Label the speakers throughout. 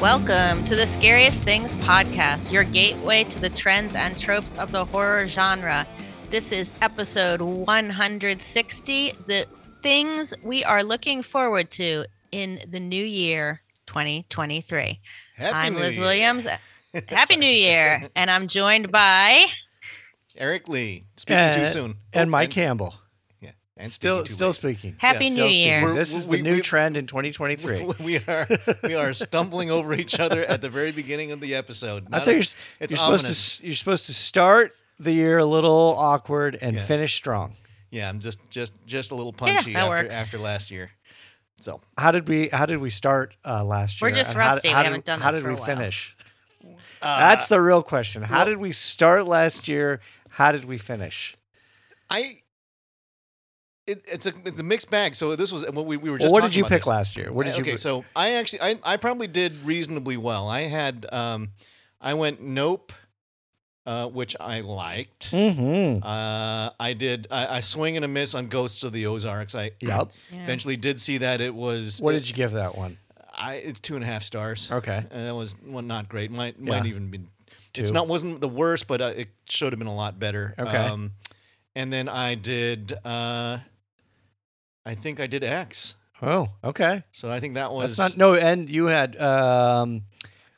Speaker 1: Welcome to the Scariest Things podcast, your gateway to the trends and tropes of the horror genre. This is episode 160, the things we are looking forward to in the new year 2023.
Speaker 2: Happy
Speaker 1: I'm
Speaker 2: New
Speaker 1: Liz
Speaker 2: Year.
Speaker 1: Williams. Happy New Year. And I'm joined by
Speaker 2: Eric Lee. Speaking
Speaker 3: Uh,
Speaker 2: too soon.
Speaker 3: and
Speaker 2: Oh,
Speaker 3: Mike Campbell.
Speaker 2: Yeah. And
Speaker 3: still,
Speaker 2: speaking too
Speaker 3: still
Speaker 2: late.
Speaker 3: speaking.
Speaker 1: Happy
Speaker 2: Yeah,
Speaker 1: New
Speaker 3: Still speaking.
Speaker 1: Year.
Speaker 2: We're-
Speaker 3: This is
Speaker 2: we-
Speaker 3: the new
Speaker 2: we-
Speaker 3: trend in 2023.
Speaker 2: We are we are stumbling over each other at the very beginning of the episode.
Speaker 3: I'd
Speaker 2: Not-
Speaker 3: say you're, s-
Speaker 2: it's
Speaker 3: you're supposed to
Speaker 2: ominous.
Speaker 3: s- you're supposed to start the year a little awkward and
Speaker 2: Yeah.
Speaker 3: finish strong.
Speaker 2: Yeah, I'm just just just a little punchy
Speaker 1: that
Speaker 2: after,
Speaker 1: works.
Speaker 2: after last year. So
Speaker 3: How did we How did we start uh, last
Speaker 1: We're
Speaker 3: year?
Speaker 1: just
Speaker 3: And how-
Speaker 1: rusty. We
Speaker 3: How, did-
Speaker 1: haven't done
Speaker 3: How
Speaker 1: this
Speaker 3: did
Speaker 1: for a
Speaker 3: we
Speaker 1: while.
Speaker 3: finish?
Speaker 2: uh,
Speaker 3: That's the real question. How
Speaker 2: well-
Speaker 3: did we start last year? How did we finish?
Speaker 2: I it, it's a it's a mixed bag. So this was what we, we were
Speaker 3: Well,
Speaker 2: just.
Speaker 3: what
Speaker 2: talking
Speaker 3: did you
Speaker 2: about
Speaker 3: pick
Speaker 2: this.
Speaker 3: last year? What did
Speaker 2: I-
Speaker 3: you?
Speaker 2: okay, so I actually I, I probably did reasonably well. I had um I went nope, uh, which I liked.
Speaker 3: hmm
Speaker 2: Uh, I did. I, I swing and a miss on Ghosts of the Ozarks. I
Speaker 3: Yep.
Speaker 2: eventually did see that it was.
Speaker 3: What did you give that one?
Speaker 2: I it's two and a half stars.
Speaker 3: Okay.
Speaker 2: and that was well, not great. Might might
Speaker 3: Yeah.
Speaker 2: even been. It's
Speaker 3: Two.
Speaker 2: not wasn't the worst, but uh, it should have been a lot better. Um,
Speaker 3: Okay.
Speaker 2: and then I did. Uh, I think I did X.
Speaker 3: Oh, okay.
Speaker 2: So I think that was
Speaker 3: That's not no. And you had um,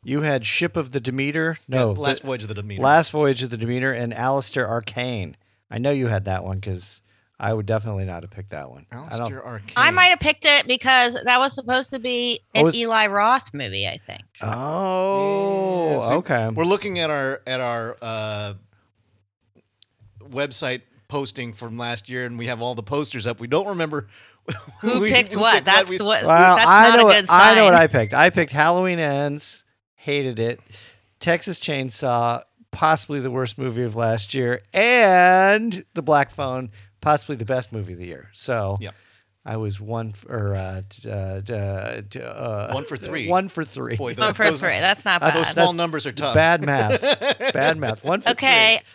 Speaker 3: you had ship of the Demeter. No,
Speaker 2: that last
Speaker 3: the-
Speaker 2: voyage of the Demeter.
Speaker 3: Last voyage of the Demeter and Alistair Arcane. I know you had that one because I would definitely not have picked that one. I don't-
Speaker 2: Alistair Arcane.
Speaker 1: I might have picked it because that was supposed to be
Speaker 3: What
Speaker 1: an
Speaker 3: was- Uh,
Speaker 1: Eli Roth movie, I think.
Speaker 3: Oh,
Speaker 2: Yeah, so
Speaker 3: okay.
Speaker 2: We're looking at our at our uh, website posting from last year, and we have all the posters up. We don't remember
Speaker 1: Who
Speaker 2: we-
Speaker 1: picked
Speaker 2: we
Speaker 1: what?
Speaker 2: picked
Speaker 1: That's
Speaker 2: we-
Speaker 1: what.
Speaker 3: Well,
Speaker 1: that's
Speaker 3: I
Speaker 1: not
Speaker 3: know.
Speaker 1: a
Speaker 3: what,
Speaker 1: good sign.
Speaker 3: I know what I picked. I picked Halloween Ends. Hated it. Texas Chainsaw, possibly the worst movie of last year, and The Black Phone, possibly the best movie of the year. So,
Speaker 2: Yep.
Speaker 3: I was one f- or uh, d- uh, d- uh, d- uh,
Speaker 2: One for three.
Speaker 3: One for three.
Speaker 2: Boy, those,
Speaker 1: One Oh, for
Speaker 2: those,
Speaker 1: three. That's not
Speaker 3: That's-
Speaker 2: those
Speaker 1: bad.
Speaker 2: small numbers are tough.
Speaker 3: Bad math. Bad math. One for
Speaker 1: Okay.
Speaker 3: three.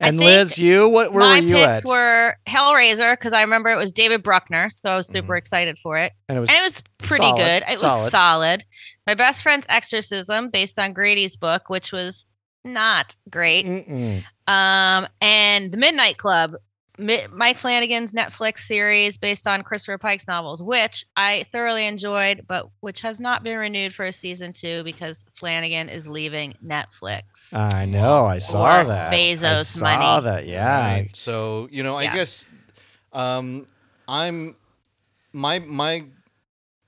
Speaker 3: And
Speaker 1: think
Speaker 3: Liz, you what? Where
Speaker 1: My
Speaker 3: were you
Speaker 1: picks
Speaker 3: at?
Speaker 1: were Hellraiser because I remember it was David Bruckner, so I was
Speaker 2: Mm-hmm.
Speaker 1: super excited for it,
Speaker 3: and it was
Speaker 1: and it was pretty
Speaker 3: solid,
Speaker 1: good. It was
Speaker 3: solid.
Speaker 1: solid. My best friend's exorcism, based on Grady's book, which was not great.
Speaker 3: Mm-mm.
Speaker 1: Um, and the Midnight Club, Mi- Mike Flanagan's Netflix series based on Christopher Pike's novels, which I thoroughly enjoyed, but which has not been renewed for a season two because Flanagan is leaving Netflix.
Speaker 3: I know. I saw
Speaker 1: Or
Speaker 3: that. I
Speaker 1: Bezos
Speaker 3: saw
Speaker 1: money.
Speaker 3: that. Yeah.
Speaker 2: Right. So you know, I
Speaker 1: Yeah.
Speaker 2: guess um, I'm my my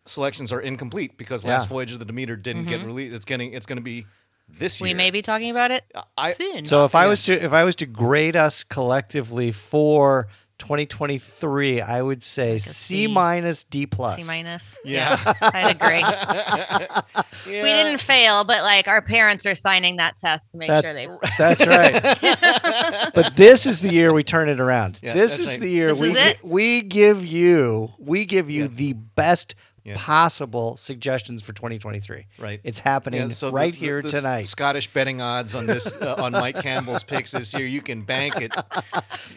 Speaker 2: selections are incomplete because
Speaker 3: Yeah.
Speaker 2: last voyage of the Demeter didn't get released. It's getting it's going to be this year.
Speaker 1: Mm-hmm. we may be talking about it
Speaker 2: I,
Speaker 1: soon.
Speaker 3: So if I was
Speaker 2: Yes.
Speaker 3: to if I was to grade us collectively for 2023, I would say
Speaker 1: a
Speaker 3: C
Speaker 1: C.
Speaker 3: minus D plus.
Speaker 1: C minus.
Speaker 2: Yeah.
Speaker 1: I'd agree.
Speaker 2: Yeah.
Speaker 1: We didn't fail, but like our parents are signing that test to make
Speaker 3: That-
Speaker 1: sure they've.
Speaker 3: That's right. but this is the year we turn it around.
Speaker 2: Yeah,
Speaker 3: this
Speaker 2: that's
Speaker 3: is
Speaker 2: right.
Speaker 3: the year
Speaker 1: This
Speaker 3: we
Speaker 1: is it?
Speaker 3: we give you we give you
Speaker 2: Yeah.
Speaker 3: the best
Speaker 2: Yeah.
Speaker 3: possible suggestions for 2023.
Speaker 2: Right.
Speaker 3: It's happening
Speaker 2: Yeah, so the-
Speaker 3: right
Speaker 2: the-
Speaker 3: here
Speaker 2: the
Speaker 3: tonight.
Speaker 2: Scottish betting odds on this uh, on Mike Campbell's picks this year, you can bank it.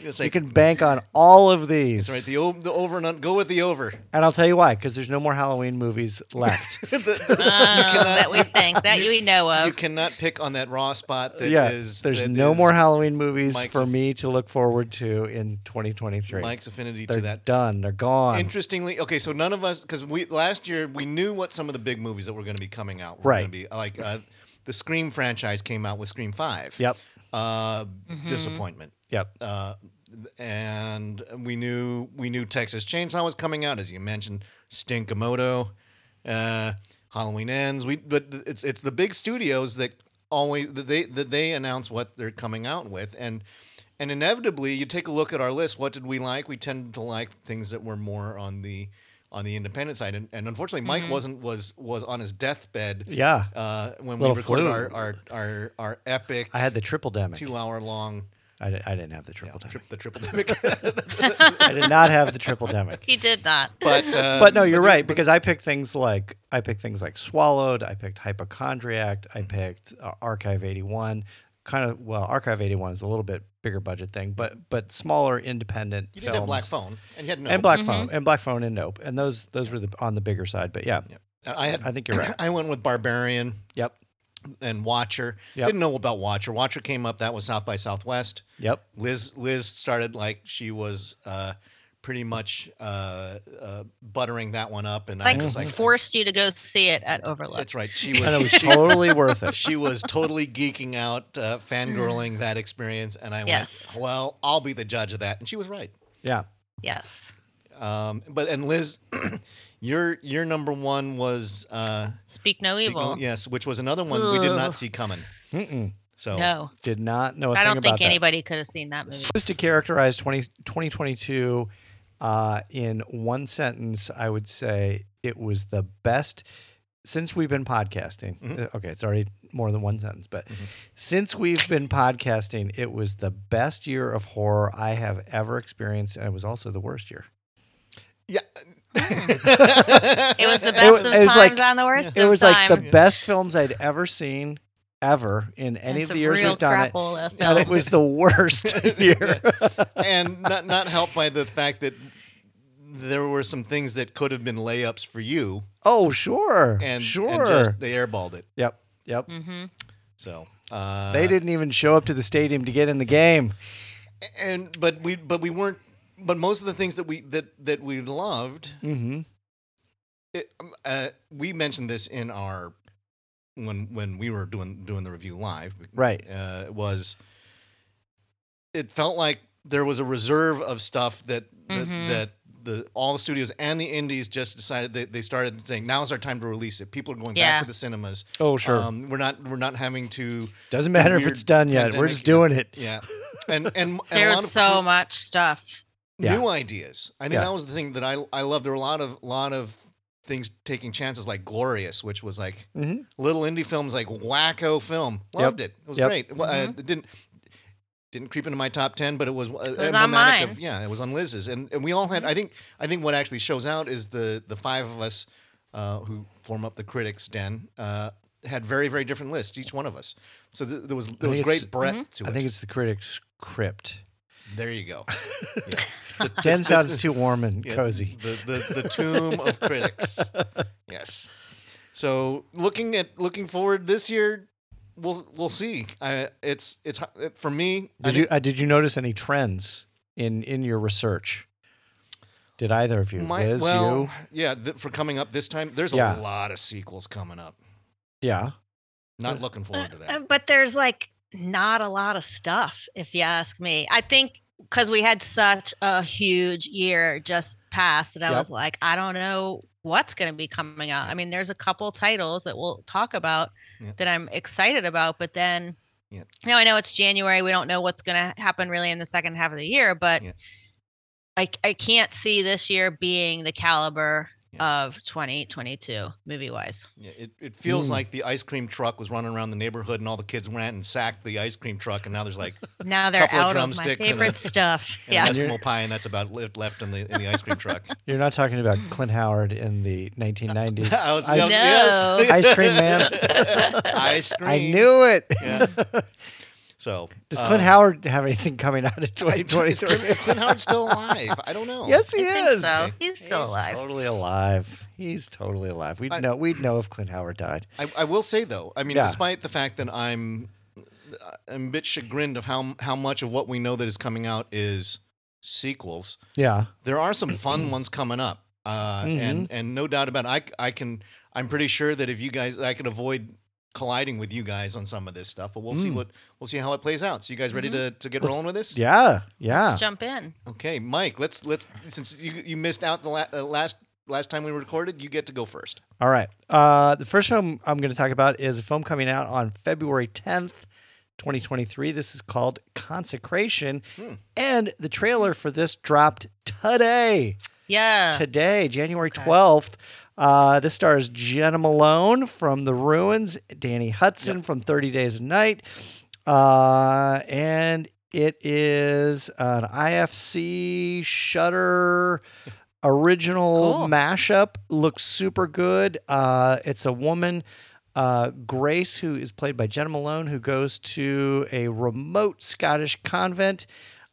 Speaker 2: It's
Speaker 3: you
Speaker 2: like,
Speaker 3: can bank on all of these.
Speaker 2: that's right. The, o- the over and un- go with the over.
Speaker 3: and I'll tell you why cuz there's no more Halloween movies left.
Speaker 2: The- the-
Speaker 1: Um, that we think that you know
Speaker 2: you
Speaker 1: of.
Speaker 2: cannot pick on that raw spot. That is
Speaker 3: yeah, there's
Speaker 2: that
Speaker 3: no
Speaker 2: is
Speaker 3: more Halloween movies
Speaker 2: Mike's
Speaker 3: for
Speaker 2: af-
Speaker 3: me to look forward to in 2023.
Speaker 2: Mike's affinity
Speaker 3: They're
Speaker 2: to that.
Speaker 3: done. They're gone.
Speaker 2: Interestingly, okay, so none of us because we last year we knew what some of the big movies that were going to be coming out were
Speaker 3: Right.
Speaker 2: going to be like uh, the Scream franchise came out with Scream Five.
Speaker 3: Yep.
Speaker 2: Uh, Disappointment.
Speaker 3: Yep.
Speaker 2: uh, and we knew we knew Texas Chainsaw was coming out, as you mentioned, Stinkamoto, uh, Halloween Ends. We but it's it's the big studios that always that they that they announce what they're coming out with, and and inevitably you take a look at our list. What did we like? We tended to like things that were more on the on the independent side, and, and unfortunately, Mike wasn't was was on his deathbed.
Speaker 3: yeah.
Speaker 2: Uh, when we
Speaker 3: Little
Speaker 2: recorded
Speaker 3: flu.
Speaker 2: our, our our our epic
Speaker 3: I had the triple demic.
Speaker 2: two hour long
Speaker 3: I, di- I didn't have the triple demic.
Speaker 2: trip the triple
Speaker 3: I did not have the triple demic.
Speaker 1: He did not.
Speaker 2: but uh,
Speaker 3: But no, you're right because I picked things like I picked things like Swallowed, I picked Hypochondriac, I
Speaker 2: Mm-hmm.
Speaker 3: picked uh, Archive 81. Kind of well, Archive 81 is a little bit bigger budget thing, but but smaller independent
Speaker 2: you did
Speaker 3: films.
Speaker 2: have black phone and you had no
Speaker 3: and Black Phone and Black Phone and Nope. And those those were the on the bigger side, but yeah.
Speaker 2: Uh, I had,
Speaker 3: I think you're right.
Speaker 2: I went with Barbarian
Speaker 3: Yep.
Speaker 2: and Watcher.
Speaker 3: Yep.
Speaker 2: Didn't know about Watcher. Watcher came up. That was South by Southwest.
Speaker 3: Yep.
Speaker 2: Liz Liz started like she was uh, pretty much uh, uh, buttering that one up, and
Speaker 1: Like,
Speaker 2: I was like,
Speaker 1: forced you to go see it at Overlook.
Speaker 2: "That's right." She
Speaker 3: And it was
Speaker 2: was she,
Speaker 3: totally worth it.
Speaker 2: she was totally geeking out, uh, fangirling that experience, and I
Speaker 1: Yes.
Speaker 2: went, "Well, I'll be the judge of that," and she was right.
Speaker 3: Yeah.
Speaker 1: Yes.
Speaker 2: Um, but and Liz, your your number one was uh,
Speaker 1: Speak no evil.
Speaker 2: yes, which was another one we did
Speaker 1: Ugh.
Speaker 2: not see coming.
Speaker 3: Mm-mm.
Speaker 2: So
Speaker 1: No.
Speaker 3: Did not know a
Speaker 1: I
Speaker 3: thing
Speaker 1: don't
Speaker 3: about
Speaker 1: think
Speaker 3: that.
Speaker 1: anybody could have seen that movie.
Speaker 3: Supposed to characterize 20, 2022 uh, in one sentence, I would say it was the best since we've been podcasting. Uh, Okay, it's already more than one sentence, but since we've been podcasting, it was the best year of horror I have ever experienced, and it was also the worst year.
Speaker 2: yeah,
Speaker 1: It was the
Speaker 3: wa-
Speaker 1: best
Speaker 3: it
Speaker 1: of
Speaker 3: was
Speaker 1: times
Speaker 3: like-
Speaker 1: and the worst
Speaker 3: it
Speaker 1: of
Speaker 3: was like
Speaker 1: times.
Speaker 3: the best films I'd ever seen ever in any
Speaker 1: It's
Speaker 3: of
Speaker 1: a
Speaker 3: the years
Speaker 1: real
Speaker 3: we've done it.
Speaker 1: crapola of
Speaker 3: And it
Speaker 1: film.
Speaker 3: was the worst year.
Speaker 2: and not not helped by the fact that there were some things that could have been layups for you,
Speaker 3: oh, sure.
Speaker 2: and
Speaker 3: sure.
Speaker 2: and just they airballed it.
Speaker 3: yep. Yep.
Speaker 1: Mm-hmm.
Speaker 2: So uh,
Speaker 3: They didn't even show up to the stadium to get in the game.
Speaker 2: and but we but we weren't. But most of the things that we that that we loved,
Speaker 3: Mm-hmm.
Speaker 2: it, um, uh, we mentioned this in our when when we were doing doing the review live.
Speaker 3: Right.
Speaker 2: uh, was it felt like there was a reserve of stuff that that,
Speaker 1: Mhm.
Speaker 2: that the all the studios and the indies just decided they, they started saying now's our time to release it. People are going
Speaker 1: Yeah.
Speaker 2: back to the cinemas.
Speaker 3: Oh, sure.
Speaker 2: Um, we're not we're not having to
Speaker 3: Doesn't matter if
Speaker 2: weird
Speaker 3: it's done yet. We're
Speaker 2: pandemic,
Speaker 3: just doing it.
Speaker 2: yeah. And and, and
Speaker 1: There
Speaker 2: a lot
Speaker 1: was
Speaker 2: of
Speaker 1: so much stuff.
Speaker 2: new
Speaker 3: Yeah.
Speaker 2: ideas. I think
Speaker 3: Yeah.
Speaker 2: that was the thing that I I loved. There were a lot of lot of things taking chances like Glorious, which was like
Speaker 3: Mhm.
Speaker 2: little indie films like wacko film.
Speaker 3: Yep.
Speaker 2: Loved it. It was
Speaker 3: Yep.
Speaker 2: great. Well, uh, it didn't didn't creep into my top ten, but it was, uh,
Speaker 1: on
Speaker 2: emblematic
Speaker 1: mine.
Speaker 2: Of, yeah, it was on Liz's, and and we all had. I think I think what actually shows out is the the five of us uh, who form up the critics den. Uh, had very very different lists, each one of us. So th- there was there was
Speaker 3: think it's-
Speaker 2: great breadth to it.
Speaker 3: I think it's the critic's crypt.
Speaker 2: there you go.
Speaker 3: Den sounds too warm and
Speaker 2: Yeah,
Speaker 3: cozy.
Speaker 2: The, the, the tomb of critics. Yes. So looking at looking forward this year, we'll we'll see. I, it's it's h- for me. I
Speaker 3: Did you uh, did you notice any trends in in your research? Did either of you?
Speaker 2: think my-
Speaker 3: Liz,
Speaker 2: well,
Speaker 3: you?
Speaker 2: yeah, th- for coming up this time. There's a
Speaker 3: Yeah.
Speaker 2: lot of sequels coming up.
Speaker 3: Yeah.
Speaker 2: Not looking forward to
Speaker 1: Uh,
Speaker 2: that.
Speaker 1: But there's like not a lot of stuff, if you ask me. I think because we had such a huge year just past that I
Speaker 3: Yep.
Speaker 1: was like, I don't know what's going to be coming out. I mean, there's a couple titles that we'll talk about
Speaker 2: Yeah.
Speaker 1: that I'm excited about, but then.
Speaker 2: Yeah.
Speaker 1: Now I know it's January. We don't know what's going to happen really in the second half of the year, but
Speaker 2: Yeah.
Speaker 1: I I can't see this year being the caliber
Speaker 2: Yeah.
Speaker 1: of 2022 movie wise.
Speaker 2: Yeah, it, it feels
Speaker 3: Mm.
Speaker 2: like the ice cream truck was running around the neighborhood, and all the kids ran and sacked the ice cream truck, and now there's like
Speaker 1: Now they're
Speaker 2: Couple of
Speaker 1: out of my
Speaker 2: drumsticks and a-
Speaker 1: favorite stuff.
Speaker 2: an
Speaker 1: Yeah.
Speaker 2: Eskimo pie, and that's about left left in the in the ice cream truck.
Speaker 3: You're not talking about Clint Howard in the 1990s.
Speaker 2: I was-
Speaker 3: ice,
Speaker 1: No.
Speaker 3: ice cream man.
Speaker 2: ice cream.
Speaker 3: I knew it.
Speaker 2: Yeah. So
Speaker 3: Does
Speaker 2: uh,
Speaker 3: Clint Howard have anything coming out in
Speaker 2: I- Is Clint,
Speaker 3: 2023?
Speaker 2: is Clint Howard still alive? I don't know.
Speaker 3: yes, he
Speaker 1: I
Speaker 3: is.
Speaker 1: think so. He's still
Speaker 3: He's
Speaker 1: alive.
Speaker 3: Totally alive. He's totally alive. We'd
Speaker 2: I-
Speaker 3: know. We'd know if Clint Howard died.
Speaker 2: I, I will say though, I mean,
Speaker 3: Yeah.
Speaker 2: despite the fact that I'm, uh, I'm a bit chagrined of how how much of what we know that is coming out is sequels.
Speaker 3: Yeah.
Speaker 2: There are some fun ones coming up, uh, and and no doubt about it, I I can I'm pretty sure that if you guys I can avoid colliding with you guys on some of this stuff, but we'll see what we'll see how it plays out. So you guys ready to, to get rolling with this?
Speaker 3: Yeah. Yeah.
Speaker 2: Ah.
Speaker 1: Let's jump in.
Speaker 2: Okay, Mike. Let's let's since you you missed out the la- uh, last last time we recorded, you get to go first.
Speaker 3: All right. Uh, the first film I'm going to talk about is a film coming out on February 10th, 2023. This is called Consecration, and the trailer for this dropped today.
Speaker 1: Yeah.
Speaker 3: today, January 12th. Uh, this stars Jenna Malone from The Ruins, Danny Hudson from 30 Days a Night. Uh, and it is an IFC Shutter original
Speaker 1: Cool.
Speaker 3: mashup. Looks super good. Uh, it's a woman. Uh, Grace, who is played by Jenna Malone, who goes to a remote Scottish convent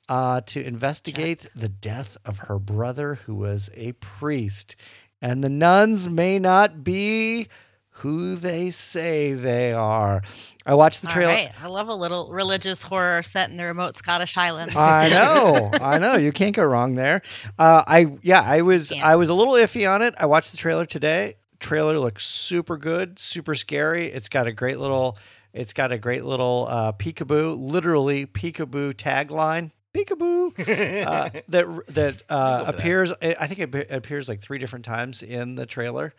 Speaker 3: uh, to investigate the death of her brother, who was a priest. and the nuns may not be who they say they are. I watched the
Speaker 1: All
Speaker 3: trailer.
Speaker 1: right. I love a little religious horror set in the remote Scottish Highlands.
Speaker 3: I know, I know. You can't go wrong there. Uh, I yeah, I was
Speaker 1: Can't.
Speaker 3: I was a little iffy on it. I watched the trailer today. Trailer looks super good, super scary. It's got a great little. It's got a great little uh, peekaboo, literally peekaboo tagline. Peekaboo uh, that that uh,
Speaker 2: I'll go for that.
Speaker 3: appears. I I think it ap- appears like three different times in the trailer.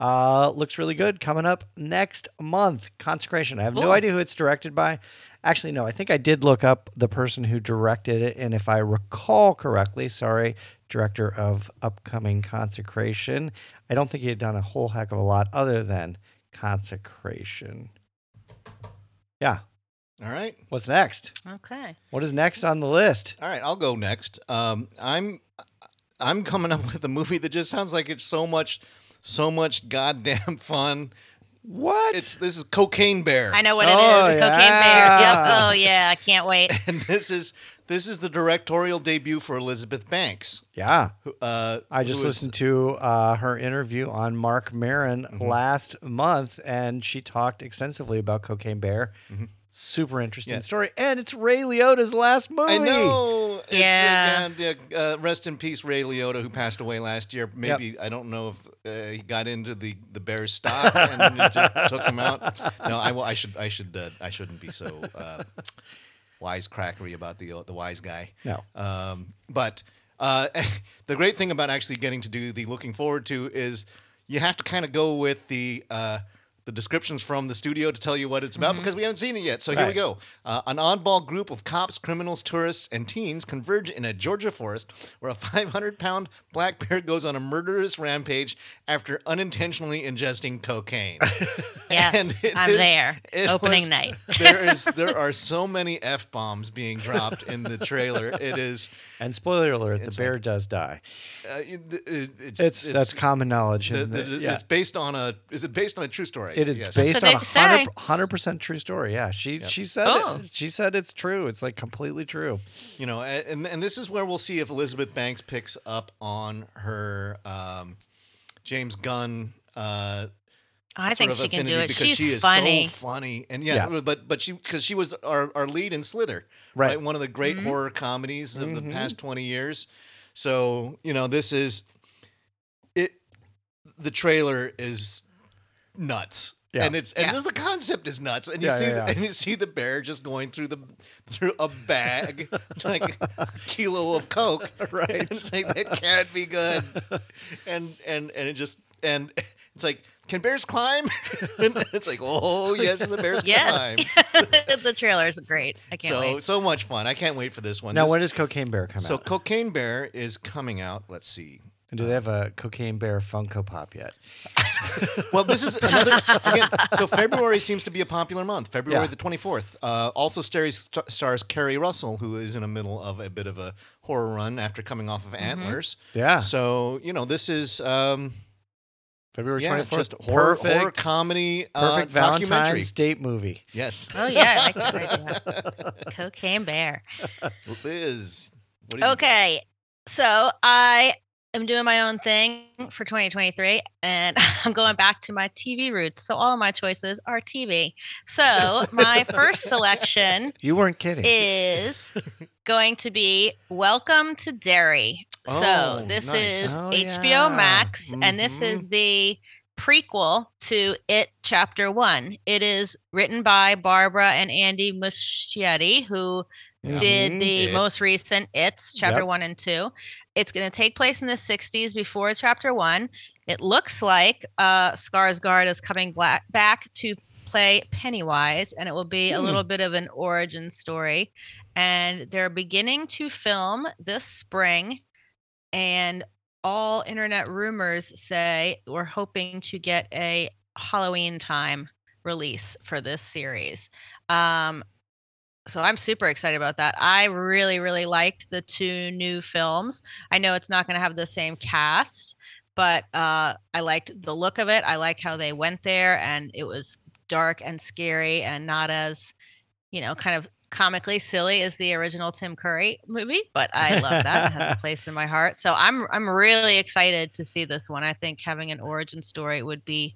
Speaker 3: Uh, looks really good. Coming up next month, Consecration. I have no
Speaker 1: Cool.
Speaker 3: idea who it's directed by. Actually, no, I think I did look up the person who directed it. And if I recall correctly, sorry, director of upcoming Consecration. I don't think he had done a whole heck of a lot other than Consecration. Yeah.
Speaker 2: All right.
Speaker 3: What's next?
Speaker 1: Okay.
Speaker 3: What is next on the list?
Speaker 2: All right, I'll go next. Um, I'm I'm coming up with a movie that just sounds like it's so much so much goddamn fun.
Speaker 3: What?
Speaker 2: It's this is Cocaine Bear.
Speaker 1: I know what it is.
Speaker 3: Oh,
Speaker 1: Cocaine Bear. Yep.
Speaker 3: yeah.
Speaker 1: Oh yeah. I can't wait.
Speaker 2: And this is this is the directorial debut for Elizabeth Banks.
Speaker 3: yeah.
Speaker 2: who, Uh,
Speaker 3: I just
Speaker 2: who is-
Speaker 3: listened to uh, her interview on Mark Marin
Speaker 2: Mm-hmm.
Speaker 3: last month, and she talked extensively about Cocaine Bear. Super interesting
Speaker 2: Mm-hmm. Yeah.
Speaker 3: story, and it's Ray Liotta's last movie.
Speaker 2: I know. It's, uh,
Speaker 1: Yeah.
Speaker 2: yeah, yeah, uh, rest in peace, Ray Liotta, who passed away last year. Maybe I don't know if uh, he got into the the Bears stock and then it just took him out. No, I, will- I should I should uh, I shouldn't be so uh, wisecrackery about the the wise guy.
Speaker 3: No.
Speaker 2: Um, but uh, the great thing about actually getting to do the looking forward to is you have to kind of go with the uh, the descriptions from the studio to tell you what it's about because we haven't seen it yet. So here we
Speaker 3: Right.
Speaker 2: go. Uh, an oddball group of cops, criminals, tourists, and teens converge in a Georgia forest where a 500 pound black bear goes on a murderous rampage after unintentionally ingesting cocaine. And
Speaker 1: Yes.
Speaker 2: it
Speaker 1: I'm
Speaker 2: is-
Speaker 1: there.
Speaker 2: it
Speaker 1: Opening
Speaker 2: was-
Speaker 1: night.
Speaker 2: there is there are so many f bombs being dropped in the trailer. It is
Speaker 3: And spoiler alert: the bear does die.
Speaker 2: uh, it, it- it's,
Speaker 3: It's, that's common knowledge.
Speaker 2: the-
Speaker 3: in
Speaker 2: the-
Speaker 3: the- yeah.
Speaker 2: It's based on a. Is it based on a true story?
Speaker 3: It is
Speaker 2: Yes.
Speaker 3: based
Speaker 1: So
Speaker 3: on
Speaker 1: they
Speaker 3: a
Speaker 1: say.
Speaker 3: hundred- hundred percent true story. Yeah, she she said
Speaker 1: Oh.
Speaker 3: it. She said it's true. It's like completely true.
Speaker 2: You know, a- and and this is where we'll see if Elizabeth Banks picks up on her um, James Gunn. Uh,
Speaker 1: I
Speaker 2: sort
Speaker 1: think
Speaker 2: of
Speaker 1: she can do
Speaker 2: affinity
Speaker 1: it.
Speaker 2: because
Speaker 1: She's
Speaker 2: she is
Speaker 1: funny.
Speaker 2: so funny, and yeah,
Speaker 3: Yeah.
Speaker 2: but but she because she was our, our lead in Slither,
Speaker 3: Right. Mm-hmm.
Speaker 2: One of the great
Speaker 1: Mm-hmm.
Speaker 2: horror comedies of the past twenty years. So you know, this is it. The trailer is nuts.
Speaker 3: Yeah.
Speaker 2: And it's and
Speaker 1: Yeah.
Speaker 2: just the concept is nuts, and you
Speaker 3: Yeah,
Speaker 2: see
Speaker 3: yeah,
Speaker 2: the-
Speaker 3: yeah.
Speaker 2: and you see the bear just going through the through a bag like a kilo of coke, right? it's like that can't be good, and and and it just and it's like can bears climb? and it's like oh yes, the bears climb.
Speaker 1: Yes. the trailer is great. I can't
Speaker 2: so
Speaker 1: wait.
Speaker 2: so much fun! I can't wait for this one.
Speaker 3: Now,
Speaker 2: This-
Speaker 3: when does Cocaine Bear come
Speaker 2: so
Speaker 3: out?
Speaker 2: Cocaine Bear is coming out. Let's see.
Speaker 3: And do they have a Cocaine Bear Funko Pop yet?
Speaker 2: Well, this is another. Again, so February seems to be a popular month. February
Speaker 3: Yeah.
Speaker 2: the twenty fourth. Uh, also stars, stars Carrie Russell, who is in the middle of a bit of a horror run after coming off of
Speaker 1: Mm-hmm.
Speaker 2: Antlers.
Speaker 3: Yeah.
Speaker 2: So you know this is um,
Speaker 3: February
Speaker 2: yeah,
Speaker 3: twenty fourth.
Speaker 2: just horror, horror comedy, uh,
Speaker 3: perfect
Speaker 2: documentary.
Speaker 3: Valentine's date movie.
Speaker 2: Yes,
Speaker 1: Oh yeah, I like that idea. Cocaine Bear.
Speaker 2: Liz. What do you-
Speaker 1: Okay. So I am doing my own thing for 2023 and I'm going back to my TV roots. So all my choices are TV. So my first selection
Speaker 3: You weren't kidding.
Speaker 1: is going to be Welcome to Derry.
Speaker 2: Oh,
Speaker 1: so this
Speaker 2: nice.
Speaker 1: is
Speaker 3: Oh,
Speaker 1: HBO
Speaker 3: yeah. Mm-hmm.
Speaker 1: Max, and this
Speaker 2: Mhm.
Speaker 1: is the prequel to It Chapter One. It is written by Barbara and Andy Muschietti, who
Speaker 3: Yeah.
Speaker 1: did the
Speaker 2: It.
Speaker 1: most recent It's Chapter
Speaker 3: Yep.
Speaker 1: One and Two. It's going to take place in the 60s before Chapter One. It looks like uh, Skarsgård is coming black- back to play Pennywise, and it will be a
Speaker 3: Hmm.
Speaker 1: little bit of an origin story. And they're beginning to film this spring, and all internet rumors say we're hoping to get a Halloween time release for this series. Um, so I'm super excited about that. I really, really liked the two new films. I know it's not going to have the same cast, but uh, I liked the look of it. I like how they went there, and it was dark and scary, and not as, you know, kind of comically silly as the original Tim Curry movie, but I love that. it has a place in my heart. So I'm I'm really excited to see this one. I think having an origin story would be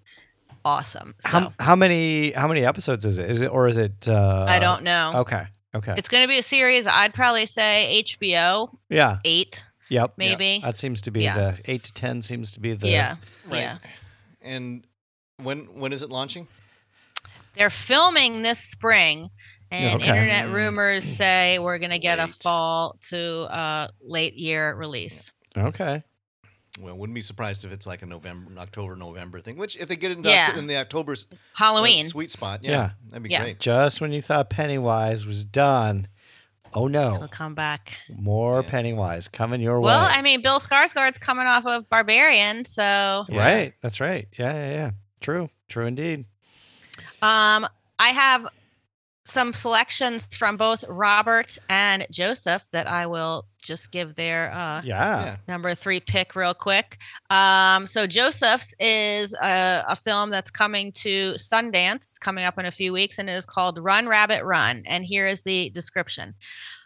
Speaker 1: awesome. So
Speaker 3: How, how many how many episodes is it? Is it or is it? Uh,
Speaker 1: I don't know.
Speaker 3: Okay. Okay.
Speaker 1: It's going to be a series. I'd probably say HBO
Speaker 3: yeah.
Speaker 1: eight.
Speaker 3: Yep.
Speaker 1: Maybe.
Speaker 3: That seems to be
Speaker 1: Yeah.
Speaker 3: the eight to ten. Seems to be the
Speaker 1: yeah,
Speaker 2: Right.
Speaker 1: yeah.
Speaker 2: And when when is it launching?
Speaker 1: They're filming this spring, and
Speaker 3: okay.
Speaker 1: internet rumors say we're going to get a
Speaker 2: Late.
Speaker 1: fall to uh, late year release.
Speaker 3: Okay.
Speaker 2: Well, wouldn't be surprised if it's like a November, October, November thing. Which if they get into
Speaker 1: Yeah.
Speaker 2: Oct- in the October s- uh,
Speaker 1: Halloween.
Speaker 2: sweet spot, yeah,
Speaker 3: Yeah.
Speaker 2: that'd be
Speaker 1: Yeah.
Speaker 2: great.
Speaker 3: Just when you thought Pennywise was done, oh
Speaker 1: It'll
Speaker 3: no,
Speaker 1: come back.
Speaker 3: more
Speaker 2: Yeah.
Speaker 3: Pennywise coming your
Speaker 1: Well,
Speaker 3: way.
Speaker 1: I mean, Bill Skarsgård's coming off of Barbarian, so
Speaker 2: Yeah.
Speaker 3: Right. That's right. Yeah. Yeah. Yeah. True. True indeed.
Speaker 1: um, I have some selections from both Robert and Joseph that I will just give their uh,
Speaker 3: Yeah.
Speaker 2: Yeah.
Speaker 1: number three pick real quick. Um, so Joseph's is a, a film that's coming to Sundance coming up in a few weeks, and it is called Run Rabbit Run. And here is the description.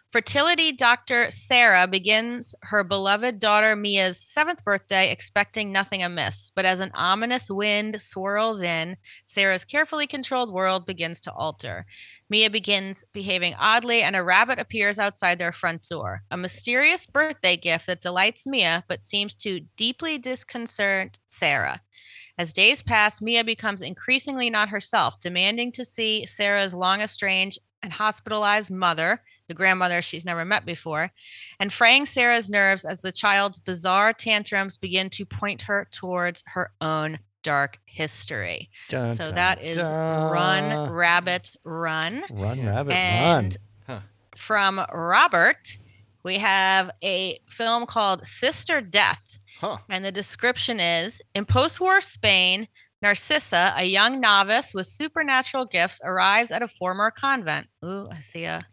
Speaker 1: Fertility doctor Sarah begins her beloved daughter Mia's seventh birthday expecting nothing amiss. But as an ominous wind swirls in, Sarah's carefully controlled world begins to alter. Mia begins behaving oddly, and a rabbit appears outside their front door. A mysterious birthday gift that delights Mia, but seems to deeply disconcert Sarah. As days pass, Mia becomes increasingly not herself, demanding to see Sarah's long estranged and hospitalized mother, the grandmother she's never met before, and fraying Sarah's nerves as the child's bizarre tantrums begin to point her towards her own dark history.
Speaker 3: Dun,
Speaker 1: So
Speaker 3: dun,
Speaker 1: that is
Speaker 3: dun.
Speaker 1: Run Rabbit Run.
Speaker 3: Run,
Speaker 2: Yeah.
Speaker 3: rabbit, run.
Speaker 1: And
Speaker 2: Huh.
Speaker 1: from Robert, we have a film called Sister Death.
Speaker 2: Huh.
Speaker 1: And the description is In post war Spain, Narcissa, a young novice with supernatural gifts, arrives at a former convent. Ooh, I see a,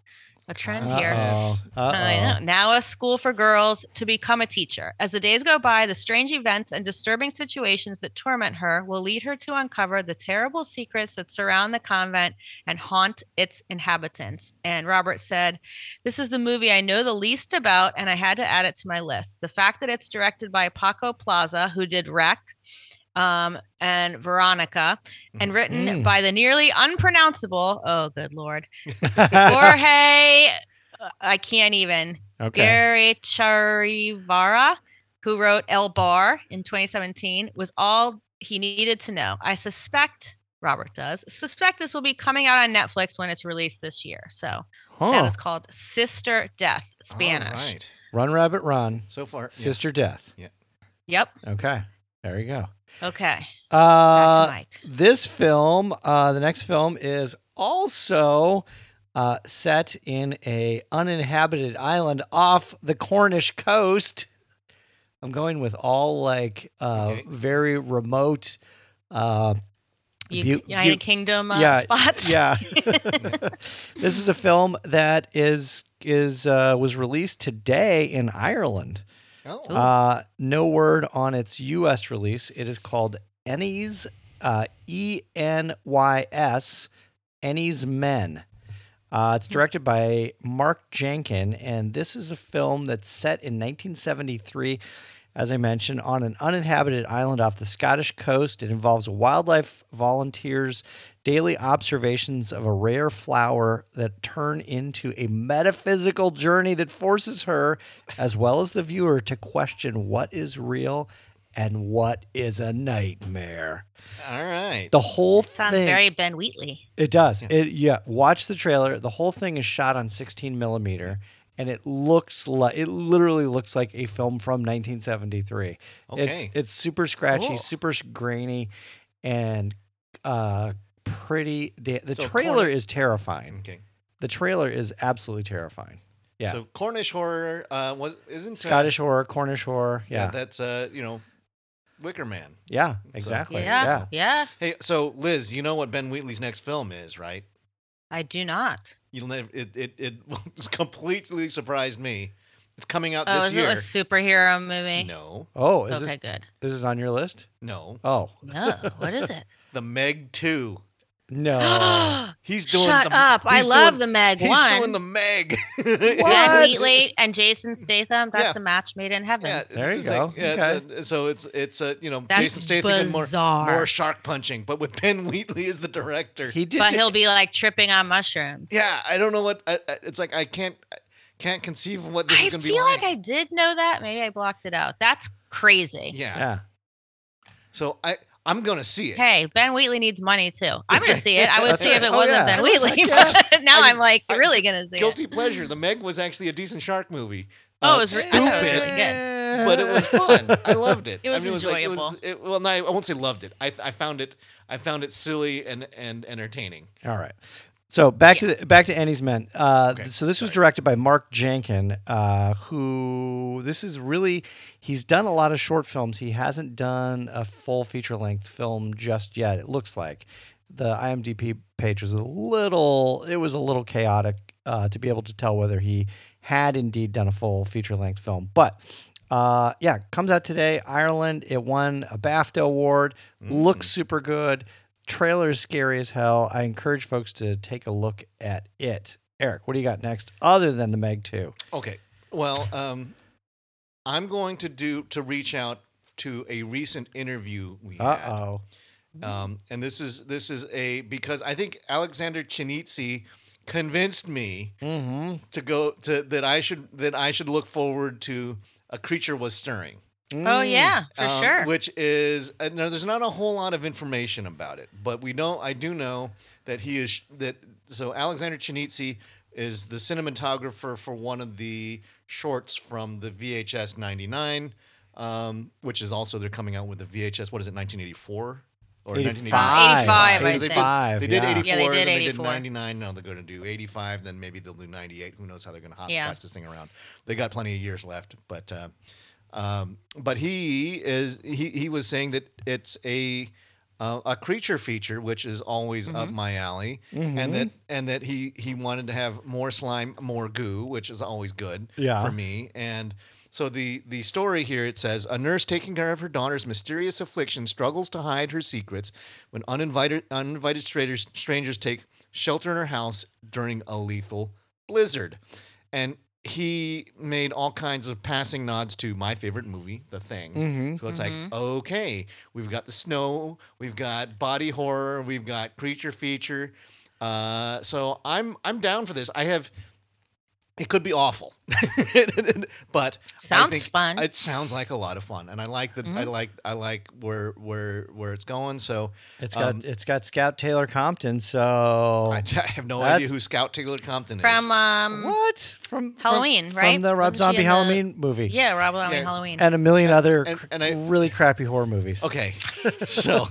Speaker 1: a trend here.
Speaker 3: Uh-oh.
Speaker 1: I know.
Speaker 3: Uh-oh.
Speaker 1: Now a school for girls to become a teacher. As the days go by, the strange events and disturbing situations that torment her will lead her to uncover the terrible secrets that surround the convent and haunt its inhabitants. And Robert said, This is the movie I know the least about, and I had to add it to my list. The fact that it's directed by Paco Plaza, who did Wreck um, and Veronica, and written
Speaker 3: Mm.
Speaker 1: by the nearly unpronounceable, oh, good Lord, Jorge. uh, I can't even.
Speaker 3: okay.
Speaker 1: Gary Charivara, who wrote El Bar in 2017, was all he needed to know. I suspect Robert does suspect this will be coming out on Netflix when it's released this year. So that
Speaker 3: Huh.
Speaker 1: is called Sister Death Spanish.
Speaker 2: All right.
Speaker 3: Run, rabbit, run.
Speaker 2: So far, yeah.
Speaker 3: Sister death.
Speaker 1: Yep.
Speaker 3: Okay. There you go.
Speaker 1: Okay. That's
Speaker 3: Uh,
Speaker 1: Mike.
Speaker 3: this film, uh, the next film is also uh, set in a uninhabited island off the Cornish coast. I'm going with all like uh,
Speaker 2: Okay.
Speaker 3: very remote. Uh,
Speaker 1: You,
Speaker 3: Bu-
Speaker 1: United
Speaker 3: Bu-
Speaker 1: Kingdom uh,
Speaker 3: yeah,
Speaker 1: spots.
Speaker 3: yeah, this is a film that is is uh, was released today in Ireland.
Speaker 2: Oh,
Speaker 3: Uh, no word on its U.S. release. It is called Ennies, uh, E N Y S, Ennies Men. Uh, it's directed by Mark Jenkin, and this is a film that's set in 1973, as I mentioned, on an uninhabited island off the Scottish coast. It involves wildlife volunteers' daily observations of a rare flower that turn into a metaphysical journey that forces her, as well as the viewer, to question what is real and what is a nightmare.
Speaker 2: all right.
Speaker 3: The whole
Speaker 1: Sounds
Speaker 3: thing.
Speaker 1: very Ben Wheatley.
Speaker 3: It does. It yeah. Watch the trailer. The whole thing is shot on 16 millimeter, and it looks like it literally looks like a film from 1973. It's
Speaker 2: Okay.
Speaker 3: it's super scratchy,
Speaker 2: Cool.
Speaker 3: super s- grainy, and uh, pretty. Da- the
Speaker 2: So
Speaker 3: trailer
Speaker 2: corny.
Speaker 3: is terrifying.
Speaker 2: Okay.
Speaker 3: The trailer is absolutely terrifying. Yeah.
Speaker 2: So Cornish horror uh, was isn't uh,
Speaker 3: Scottish horror, Cornish horror. Yeah. Yeah.
Speaker 2: That's uh, you know, Wicker Man.
Speaker 3: exactly.
Speaker 1: yeah.
Speaker 3: yeah.
Speaker 1: Yeah.
Speaker 2: Hey, so Liz, you know what Ben Wheatley's next film is, right?
Speaker 1: I do not.
Speaker 2: You'll never. It it it completely surprised me. It's coming out
Speaker 1: Oh,
Speaker 2: this
Speaker 1: is
Speaker 2: year.
Speaker 1: it a superhero movie?
Speaker 2: No,
Speaker 3: Oh, is
Speaker 1: okay,
Speaker 3: this
Speaker 1: good.
Speaker 3: this is on your list?
Speaker 2: no.
Speaker 3: Oh,
Speaker 1: No. What is it?
Speaker 2: The Meg Two.
Speaker 3: No.
Speaker 2: He's doing
Speaker 1: Shut
Speaker 2: the,
Speaker 1: up! I
Speaker 2: he's
Speaker 1: love
Speaker 2: doing-
Speaker 1: the Meg
Speaker 2: He's
Speaker 1: one.
Speaker 2: doing the Meg.
Speaker 1: Ben
Speaker 3: What?
Speaker 1: Wheatley and Jason Statham. That's
Speaker 2: Yeah.
Speaker 1: a match made in heaven.
Speaker 2: Yeah,
Speaker 3: There you
Speaker 2: it's like-
Speaker 3: go.
Speaker 2: yeah, it's a- so it's it's a you know
Speaker 1: That's
Speaker 2: Jason Statham and more
Speaker 1: bizarre.
Speaker 2: more shark punching, but with Ben Wheatley as the director.
Speaker 3: he did
Speaker 1: But
Speaker 3: do-
Speaker 1: he'll be like tripping on mushrooms.
Speaker 2: yeah, I don't know what I, I- it's like. I can't I can't conceive of what this
Speaker 1: I
Speaker 2: is
Speaker 1: feel
Speaker 2: going to be
Speaker 1: like
Speaker 2: like.
Speaker 1: I did know that. Maybe I blocked it out. That's crazy.
Speaker 2: yeah.
Speaker 3: Yeah.
Speaker 2: so I I'm going to see it.
Speaker 1: Hey, Ben Wheatley needs money too. I'm gonna see it. I would
Speaker 3: That's
Speaker 1: see if
Speaker 3: right.
Speaker 1: it
Speaker 3: Oh,
Speaker 1: wasn't
Speaker 3: yeah.
Speaker 1: Ben Wheatley.
Speaker 2: Yeah.
Speaker 1: But now
Speaker 2: I-
Speaker 1: I, am like,
Speaker 2: I-
Speaker 1: you're really gonna see
Speaker 2: Guilty pleasure. The Meg was actually a decent shark movie.
Speaker 1: Oh,
Speaker 2: Uh,
Speaker 1: it was re- I thought
Speaker 2: stupid,
Speaker 1: it was really
Speaker 3: good.
Speaker 2: but it was fun. I loved it.
Speaker 1: It was
Speaker 2: I mean, It was, like,
Speaker 1: enjoyable.
Speaker 2: it was it, well, no, I won't say loved it. I I found it I found it silly and and entertaining.
Speaker 3: All right. So back to the, back to Annie's Men. Uh,
Speaker 2: Okay,
Speaker 3: So this was
Speaker 2: sorry.
Speaker 3: directed by Mark Jenkin, uh, who this is really he's done a lot of short films. He hasn't done a full feature length film just yet. It looks like the IMDb page was a little it was a little chaotic uh, to be able to tell whether he had indeed done a full feature length film, but. Uh, yeah, comes out today. Ireland. It won a BAFTA award.
Speaker 2: Mm.
Speaker 3: Looks super good. Trailer is scary as hell. I encourage folks to take a look at it. Eric, what do you got next other than the Meg 2?
Speaker 2: Okay. Well, um, I'm going to do to reach out to a recent interview we
Speaker 3: Uh
Speaker 2: had.
Speaker 3: oh.
Speaker 2: Um, and this is this is a because I think Alexander Chinitsi convinced me
Speaker 3: Mm
Speaker 2: to go to that I should that I should look forward to a creature was stirring.
Speaker 3: hmm.
Speaker 1: Oh yeah, for
Speaker 2: um,
Speaker 1: sure.
Speaker 2: Which is uh, no, there's not a whole lot of information about it, but we know I do know that he is that. So Alexander Chinitsi is the cinematographer for one of the shorts from the VHS '99, um, which is also they're coming out with the VHS. What is it, 1984 or 1985?
Speaker 1: 85,
Speaker 2: Because
Speaker 1: I
Speaker 2: they, did-
Speaker 3: think.
Speaker 2: they did
Speaker 3: Yeah.
Speaker 2: 84,
Speaker 1: Yeah, they did
Speaker 2: then
Speaker 1: 84.
Speaker 2: they did 99. Now they're going to do 85, then maybe they'll do 98. Who knows how they're going to hopscotch
Speaker 1: Yeah.
Speaker 2: this thing around? They got plenty of years left, but uh, um, but he is he he was saying that it's a uh, a creature feature, which is always up my alley, and that and that he he wanted to have more slime, more goo, which is always good
Speaker 3: Yeah.
Speaker 2: for me. And so the the story here it says a nurse taking care of her daughter's mysterious affliction struggles to hide her secrets when uninvited uninvited strangers strangers take shelter in her house during a lethal blizzard. And he made all kinds of passing nods to my favorite movie, The Thing.
Speaker 3: Mhm.
Speaker 2: So it's like, okay, we've got the snow, we've got body horror, we've got creature feature. Uh, so I'm I'm down for this. I have it could be awful, but I
Speaker 1: Sounds
Speaker 2: think
Speaker 1: fun. Mm-hmm.
Speaker 2: It sounds like a lot of fun, and I like the I like I like where where where it's going. So
Speaker 3: It's got
Speaker 2: um,
Speaker 3: it's got Scout Taylor Compton, so
Speaker 2: I, I have no
Speaker 3: That's-
Speaker 2: idea who Scout Taylor Compton is.
Speaker 1: From um,
Speaker 3: what? From from-
Speaker 1: Halloween,
Speaker 3: from
Speaker 1: right?
Speaker 3: the
Speaker 1: Wasn't
Speaker 3: Rob
Speaker 1: she
Speaker 3: Zombie
Speaker 1: in the-
Speaker 3: Halloween movie.
Speaker 1: yeah, Rob Zombie
Speaker 2: Yeah.
Speaker 1: Halloween.
Speaker 3: And a million other
Speaker 2: and-
Speaker 3: cr-
Speaker 2: and I-
Speaker 3: really crappy horror movies.
Speaker 2: Okay, so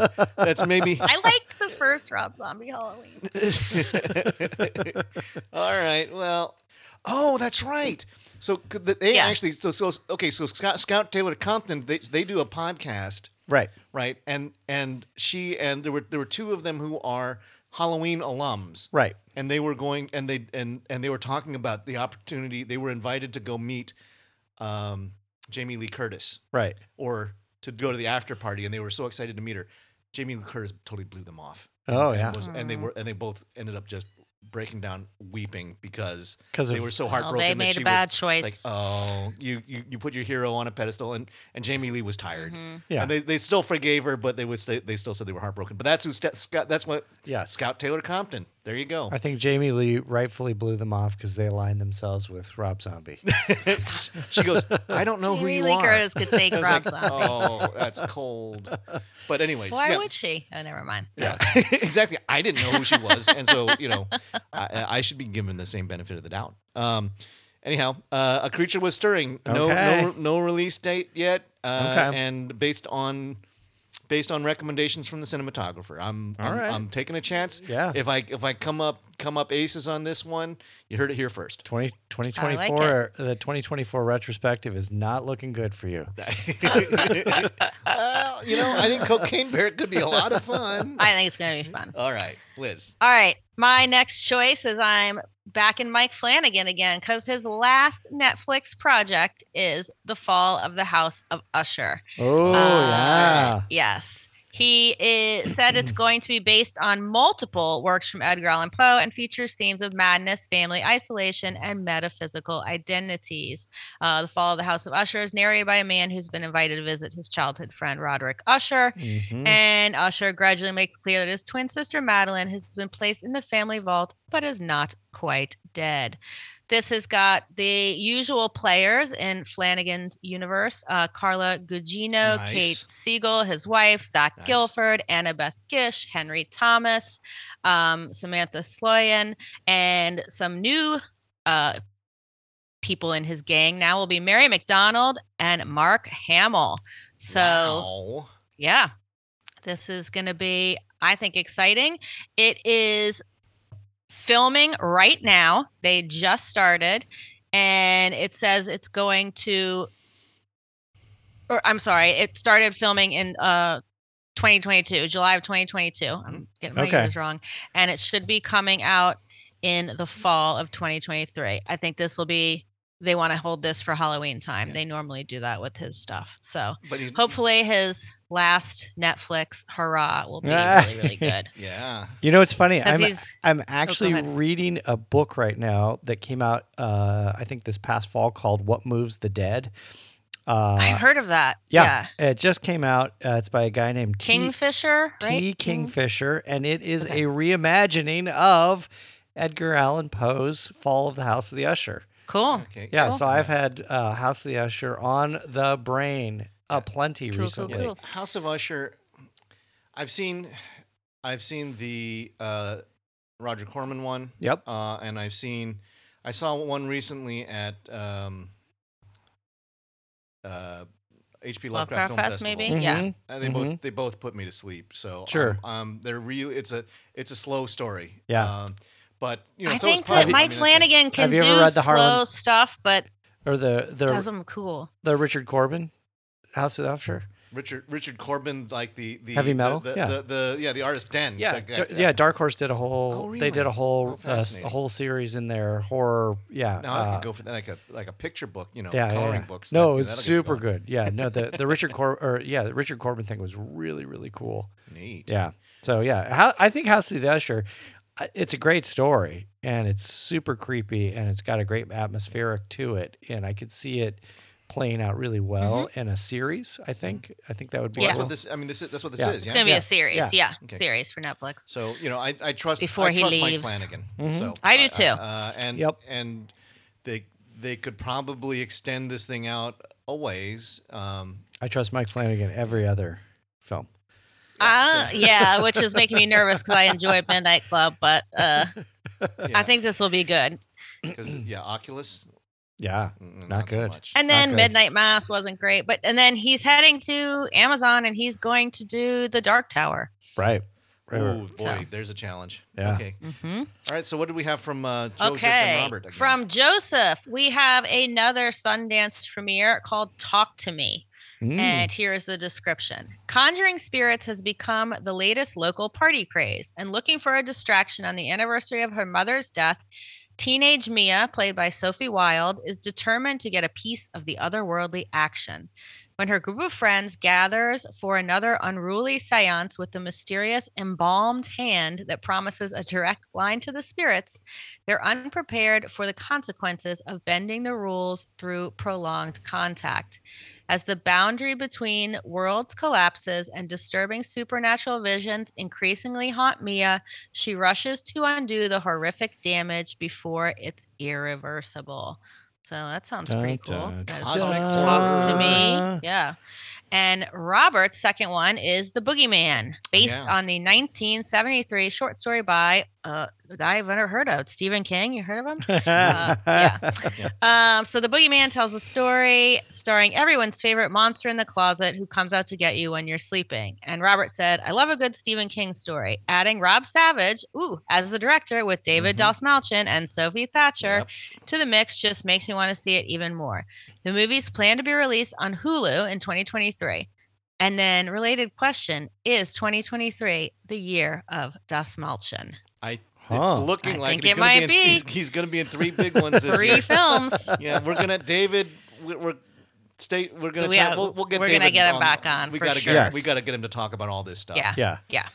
Speaker 2: that's maybe
Speaker 1: I liked the first Rob Zombie Halloween.
Speaker 2: All right. Well, oh, that's right. So c- th- they
Speaker 1: Yeah.
Speaker 2: actually so, so okay. So Scout, Scout Taylor Compton they they do a podcast
Speaker 3: Right.
Speaker 2: right and and she and there were there were two of them who are Halloween alums
Speaker 3: Right.
Speaker 2: and they were going and they and and they were talking about the opportunity they were invited to go meet um, Jamie Lee Curtis
Speaker 3: Right.
Speaker 2: or to go to the after party, and they were so excited to meet her. Jamie Lee Curtis totally blew them off.
Speaker 3: Oh,
Speaker 2: and
Speaker 3: yeah.
Speaker 2: was- and
Speaker 1: Mm.
Speaker 2: they were and they both ended up just breaking down, weeping because
Speaker 3: 'Cause
Speaker 2: they
Speaker 3: of-
Speaker 2: were so heartbroken.
Speaker 1: Oh, they
Speaker 2: that
Speaker 1: made
Speaker 2: she
Speaker 1: a bad
Speaker 2: was,
Speaker 1: choice.
Speaker 2: Like, oh, you, you you put your hero on a pedestal, and and Jamie Lee was tired.
Speaker 1: Mm-hmm.
Speaker 3: Yeah.
Speaker 2: And they, they still forgave her, but they was they, they still said they were heartbroken. But that's who Sta- Scott. That's what.
Speaker 3: Yeah.
Speaker 2: Scout Taylor Compton. There you go.
Speaker 3: I think Jamie Lee rightfully blew them off because they aligned themselves with Rob Zombie.
Speaker 2: she goes. I don't know who
Speaker 1: Jamie
Speaker 2: you
Speaker 1: Lee
Speaker 2: are.
Speaker 1: Curtis could take
Speaker 2: I was
Speaker 1: Rob
Speaker 2: like,
Speaker 1: Zombie.
Speaker 2: oh, that's cold. But anyways,
Speaker 1: Why
Speaker 2: yeah.
Speaker 1: would she? Oh, never mind.
Speaker 2: Yeah, exactly. I didn't know who she was, and so you know, I, I should be given the same benefit of the doubt. Um, anyhow, uh, a creature was stirring. No, no,
Speaker 3: Okay.
Speaker 2: no release date yet. Uh,
Speaker 3: Okay.
Speaker 2: And based on based on recommendations from the cinematographer, I'm
Speaker 3: All
Speaker 2: I'm,
Speaker 3: right.
Speaker 2: I'm taking a chance.
Speaker 3: Yeah.
Speaker 2: If I if I come up come up aces on this one, you heard it here first.
Speaker 3: 20,
Speaker 1: I like
Speaker 3: 2024, the 2024 retrospective is not looking good for you.
Speaker 2: Well, you know, I think Cocaine Bear could be a lot of fun.
Speaker 1: I think it's gonna be fun.
Speaker 2: All right, Liz.
Speaker 1: All right. My next choice is I'm back in Mike Flanagan again because his last Netflix project is The Fall of the House of Usher.
Speaker 3: Oh,
Speaker 1: Uh,
Speaker 3: yeah.
Speaker 1: Yes. He is, said it's going to be based on multiple works from Edgar Allan Poe and features themes of madness, family isolation, and metaphysical identities. Uh, the Fall of the House of Usher is narrated by a man who's been invited to visit his childhood friend Roderick Usher.
Speaker 2: Mm-hmm.
Speaker 3: Mhm.
Speaker 1: And Usher gradually makes clear that his twin sister Madeline has been placed in the family vault, but is not quite dead. This has got the usual players in Flanagan's universe uh, Carla Gugino,
Speaker 2: Nice.
Speaker 1: Kate Siegel, his wife, Zach
Speaker 2: Nice.
Speaker 1: Guilford, Annabeth Gish, Henry Thomas, um, Samantha Sloyan, and some new uh, people in his gang now will be Mary McDonald and Mark Hamill. So.
Speaker 2: Wow.
Speaker 1: Yeah. This is going to be, I think, exciting. It is filming right now. They just started. And it says it's going to, or I'm sorry, it started filming in uh, 2022, July of 2022. I'm getting my
Speaker 3: Okay.
Speaker 1: years wrong. And it should be coming out in the fall of 2023. I think this will be, they want to hold this for Halloween time. They normally do that with his stuff. So
Speaker 2: but he's
Speaker 1: hopefully his last Netflix hurrah will be
Speaker 3: Ah.
Speaker 1: really, really good.
Speaker 2: yeah.
Speaker 3: You know, it's funny.
Speaker 1: 'Cause
Speaker 3: I'm,
Speaker 1: he's- Oh,
Speaker 3: I'm actually
Speaker 1: ahead.
Speaker 3: reading a book right now that came out, uh, I think, this past fall called What Moves the Dead. Uh,
Speaker 1: I've heard of that.
Speaker 3: yeah, It just came out. Uh, it's by a guy named T-
Speaker 1: Kingfisher,
Speaker 3: T.
Speaker 1: right? King-
Speaker 3: Kingfisher, and it is a reimagining of Edgar Allan Poe's Fall of the House of the Usher.
Speaker 1: Cool.
Speaker 2: Okay.
Speaker 3: Yeah,
Speaker 1: Cool.
Speaker 3: so I've had uh, House of the Usher on the brain a plenty
Speaker 1: Cool, cool,
Speaker 3: recently.
Speaker 1: cool.
Speaker 2: House of Usher. I've seen, I've seen the uh, Roger Corman one,
Speaker 3: Yep.
Speaker 2: uh, and I've seen, I saw one recently at um, uh, HP Lovecraft,
Speaker 1: Lovecraft
Speaker 2: Film
Speaker 1: Fest,
Speaker 2: Festival.
Speaker 1: maybe? Yeah.
Speaker 3: Mhm.
Speaker 2: And Uh, they both
Speaker 3: Mhm.
Speaker 2: they both put me to sleep. So
Speaker 3: Sure.
Speaker 2: um, um, they're really it's a it's a slow story.
Speaker 3: Yeah.
Speaker 2: Um, but you know,
Speaker 1: I
Speaker 2: so is
Speaker 1: think
Speaker 2: Poe. I
Speaker 1: that
Speaker 2: mean,
Speaker 1: Mike
Speaker 2: that's a-
Speaker 1: Flanagan can
Speaker 3: Have you
Speaker 1: do
Speaker 3: ever read the
Speaker 1: slow
Speaker 3: Harlem-
Speaker 1: stuff, but
Speaker 3: Or the
Speaker 1: does
Speaker 3: the,
Speaker 1: them cool.
Speaker 3: the Richard Corbin House of the Usher.
Speaker 2: Richard Richard Corbin, like the the
Speaker 3: Heavy metal?
Speaker 2: the, the,
Speaker 3: Yeah.
Speaker 2: the, the- yeah, the artist Den.
Speaker 3: Yeah,
Speaker 2: Like,
Speaker 3: Dar- yeah. Dark Horse did a whole.
Speaker 2: Oh,
Speaker 3: They did
Speaker 2: really?
Speaker 3: a whole
Speaker 2: Oh,
Speaker 3: uh, s- a
Speaker 2: fascinating.
Speaker 3: whole series in their horror. Yeah.
Speaker 2: Now I
Speaker 3: uh,
Speaker 2: could go for that, like a like a picture book, you know,
Speaker 3: yeah, yeah,
Speaker 2: coloring
Speaker 3: yeah.
Speaker 2: books.
Speaker 3: No,
Speaker 2: that-
Speaker 3: it was
Speaker 2: that'll get you
Speaker 3: super
Speaker 2: going.
Speaker 3: good. Yeah, no, the the Richard Cor or yeah, the Richard Corbin thing was really really cool.
Speaker 2: Neat.
Speaker 3: Yeah. So yeah, how, I think House of the Usher, I- it's a great story and it's super creepy and it's got a great atmospheric to it and I could see it playing out really well in a series. I think I think that would be
Speaker 2: Well, that's
Speaker 3: cool.
Speaker 2: what this. I mean, this is that's what this
Speaker 3: Yeah.
Speaker 2: is.
Speaker 1: It's
Speaker 2: Yeah.
Speaker 1: going to be
Speaker 3: Yeah.
Speaker 1: a series.
Speaker 3: Yeah.
Speaker 1: Yeah.
Speaker 2: Okay.
Speaker 1: Series for Netflix.
Speaker 2: So you know, I, I trust
Speaker 1: Before
Speaker 2: I
Speaker 1: he
Speaker 2: trust Mike
Speaker 1: leaves.
Speaker 2: Flanagan. So
Speaker 1: I do too.
Speaker 2: Uh, and
Speaker 3: Mm-hmm. Yep.
Speaker 2: and they they could probably extend this thing out a ways. Um,
Speaker 3: I trust Mike Flanagan every other film.
Speaker 1: Uh, yeah, which is making me nervous because I enjoyed Midnight Club, but uh,
Speaker 2: yeah,
Speaker 1: I think this will be good.
Speaker 2: 'cause, yeah, Oculus.
Speaker 3: Yeah.
Speaker 2: mm, Not,
Speaker 3: good.
Speaker 2: So much.
Speaker 1: And
Speaker 3: Not
Speaker 1: then
Speaker 3: good.
Speaker 1: Midnight Mass wasn't great, but and then he's heading to Amazon and he's going to do the Dark Tower.
Speaker 3: Right. Right. right.
Speaker 2: Ooh, boy,
Speaker 1: So-
Speaker 2: there's a challenge.
Speaker 3: Yeah.
Speaker 2: Okay.
Speaker 1: Mm-hmm.
Speaker 2: All right. So what do we have from uh, Joseph
Speaker 1: okay.
Speaker 2: and Robert? again?
Speaker 1: From Joseph, we have another Sundance premiere called Talk to Me.
Speaker 2: Hmm.
Speaker 3: Mm.
Speaker 1: And here is the description Conjuring Spirits has become the latest local party craze, and looking for a distraction on the anniversary of her mother's death, teenage Mia, played by Sophie Wilde, is determined to get a piece of the otherworldly action. When her group of friends gathers for another unruly seance with the mysterious embalmed hand that promises a direct line to the spirits, they're unprepared for the consequences of bending the rules through prolonged contact. As the boundary between worlds collapses and disturbing supernatural visions increasingly haunt Mia, she rushes to undo the horrific damage before it's irreversible. So that sounds pretty
Speaker 3: Dun,
Speaker 1: cool.
Speaker 3: dun,
Speaker 1: That is
Speaker 2: Cosmic
Speaker 1: Talk Talk to
Speaker 3: Horror.
Speaker 1: me. Yeah. And Robert's second one is The Boogeyman, based
Speaker 2: Yeah.
Speaker 1: on the 1973 short story by uh, a guy I've never heard of, Stephen King. You heard of him? Uh, yeah. Um, so the boogeyman tells a story starring everyone's favorite monster in the closet who comes out to get you when you're sleeping. And Robert said, I love a good Stephen King story, adding Rob Savage, ooh, as the director with David
Speaker 2: Mm-hmm.
Speaker 1: Dastmalchian and Sophie Thatcher to the mix just makes me want to see it even more. The movie's planned to be released on Hulu in 2023. And then related question is 2023 the year of Dastmalchian?
Speaker 2: I.
Speaker 3: Huh.
Speaker 2: It's looking
Speaker 1: I think
Speaker 2: like he's
Speaker 1: it
Speaker 2: gonna
Speaker 1: might
Speaker 2: be. in-
Speaker 1: be.
Speaker 2: He's, he's going to be in three big ones this
Speaker 1: Three
Speaker 2: year.
Speaker 1: films.
Speaker 2: Yeah, we're gonna David. We're, we're stay. We're gonna.
Speaker 1: We
Speaker 2: try-
Speaker 1: gotta-
Speaker 2: we'll, we'll get.
Speaker 1: we're gonna
Speaker 2: David
Speaker 1: get him back on,
Speaker 2: We
Speaker 1: for
Speaker 2: gotta
Speaker 1: sure.
Speaker 2: get.
Speaker 3: Yes.
Speaker 2: We gotta get him to talk about all this stuff.
Speaker 1: Yeah.
Speaker 3: Yeah.
Speaker 1: Yeah.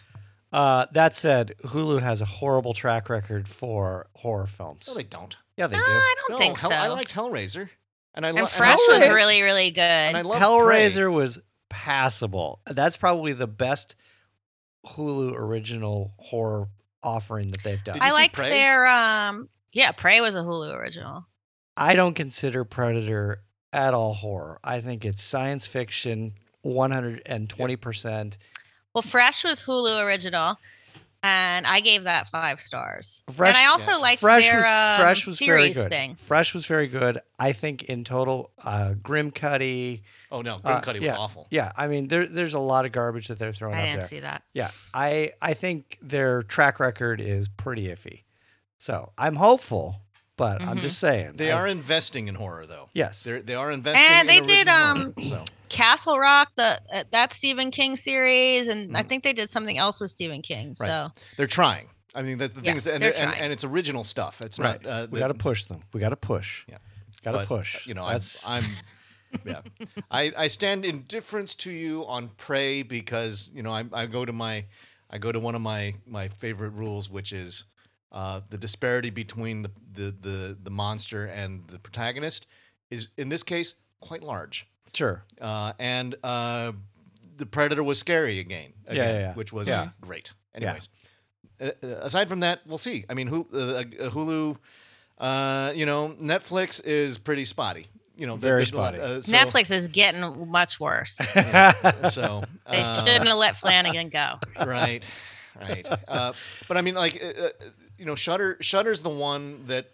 Speaker 3: Uh, that said, Hulu has a horrible track record for horror films.
Speaker 2: No, Oh, they don't.
Speaker 3: yeah, they
Speaker 1: No,
Speaker 3: do.
Speaker 1: I don't
Speaker 2: no,
Speaker 1: think
Speaker 2: Hell-
Speaker 1: so.
Speaker 2: I liked Hellraiser, and I lo-
Speaker 1: and Fresh
Speaker 2: I,
Speaker 1: was
Speaker 3: Hellraiser-
Speaker 1: really, really
Speaker 2: And I
Speaker 1: good.
Speaker 2: love
Speaker 3: Hellraiser was passable. That's probably the best Hulu original horror offering that they've done.
Speaker 2: Did you
Speaker 1: I
Speaker 2: see
Speaker 1: liked
Speaker 2: Prey?
Speaker 1: their um yeah, Prey was a Hulu original.
Speaker 3: I don't consider Predator at all horror. I think it's science fiction 120%.
Speaker 1: Well, Fresh was Hulu original, and I gave that five stars.
Speaker 3: Fresh-
Speaker 1: and I also
Speaker 2: yeah.
Speaker 1: liked
Speaker 3: Fresh
Speaker 1: their
Speaker 3: was
Speaker 1: um,
Speaker 3: Fresh was very
Speaker 1: series
Speaker 3: good.
Speaker 1: thing.
Speaker 3: Fresh was very good. I think in total uh Grim Cuddy,
Speaker 2: Oh no, Grim
Speaker 3: Uh,
Speaker 2: Cuddy
Speaker 3: yeah.
Speaker 2: was awful.
Speaker 3: yeah, I mean there there's a lot of garbage that they're throwing
Speaker 1: I
Speaker 3: out
Speaker 1: didn't
Speaker 3: there.
Speaker 1: see that.
Speaker 3: Yeah, I I think their track record is pretty iffy. So, I'm hopeful, but I'm
Speaker 1: Mhm.
Speaker 3: just saying.
Speaker 2: They
Speaker 3: I-
Speaker 2: are investing in horror though.
Speaker 3: Yes.
Speaker 2: They're, they are investing.
Speaker 1: And
Speaker 2: in
Speaker 1: they did, um,
Speaker 2: original horror, so
Speaker 1: Castle Rock, the uh, that Stephen King series, and
Speaker 3: Hmm.
Speaker 1: I think they did something else with Stephen King. So
Speaker 2: they're trying. I mean, the, the
Speaker 1: Yeah,
Speaker 2: thing is, and,
Speaker 1: they're
Speaker 2: and, and,
Speaker 1: trying.
Speaker 2: it's original stuff. It's
Speaker 3: right.
Speaker 2: not. Uh,
Speaker 3: we
Speaker 2: the-
Speaker 3: got to push them. We got to push.
Speaker 2: Yeah.
Speaker 3: Got to
Speaker 2: but, uh,
Speaker 3: push.
Speaker 2: You know, I'm,
Speaker 3: That's,
Speaker 2: I'm yeah. I, I stand in difference to you on prey because you know I, I go to my I go to one of my my favorite rules, which is uh, the disparity between the, the the the monster and the protagonist is in this case quite large.
Speaker 3: sure.
Speaker 2: Uh, and uh, the predator was scary again, again
Speaker 3: yeah, yeah.
Speaker 2: which was
Speaker 3: Yeah.
Speaker 2: great.
Speaker 3: Yeah.
Speaker 2: Anyways, uh, uh, aside from that, we'll see. I mean, Hulu, uh, uh, Hulu uh, you know, Netflix is pretty spotty. You know,
Speaker 3: Very
Speaker 2: there's a lot-
Speaker 3: spotty.
Speaker 2: Uh, so,
Speaker 1: Netflix is getting much worse.
Speaker 2: So
Speaker 1: They
Speaker 2: uh,
Speaker 1: shouldn't have let Flanagan go.
Speaker 2: right, right. Uh, but I mean, like, uh, uh, you know, Shutter Shutter's the one that,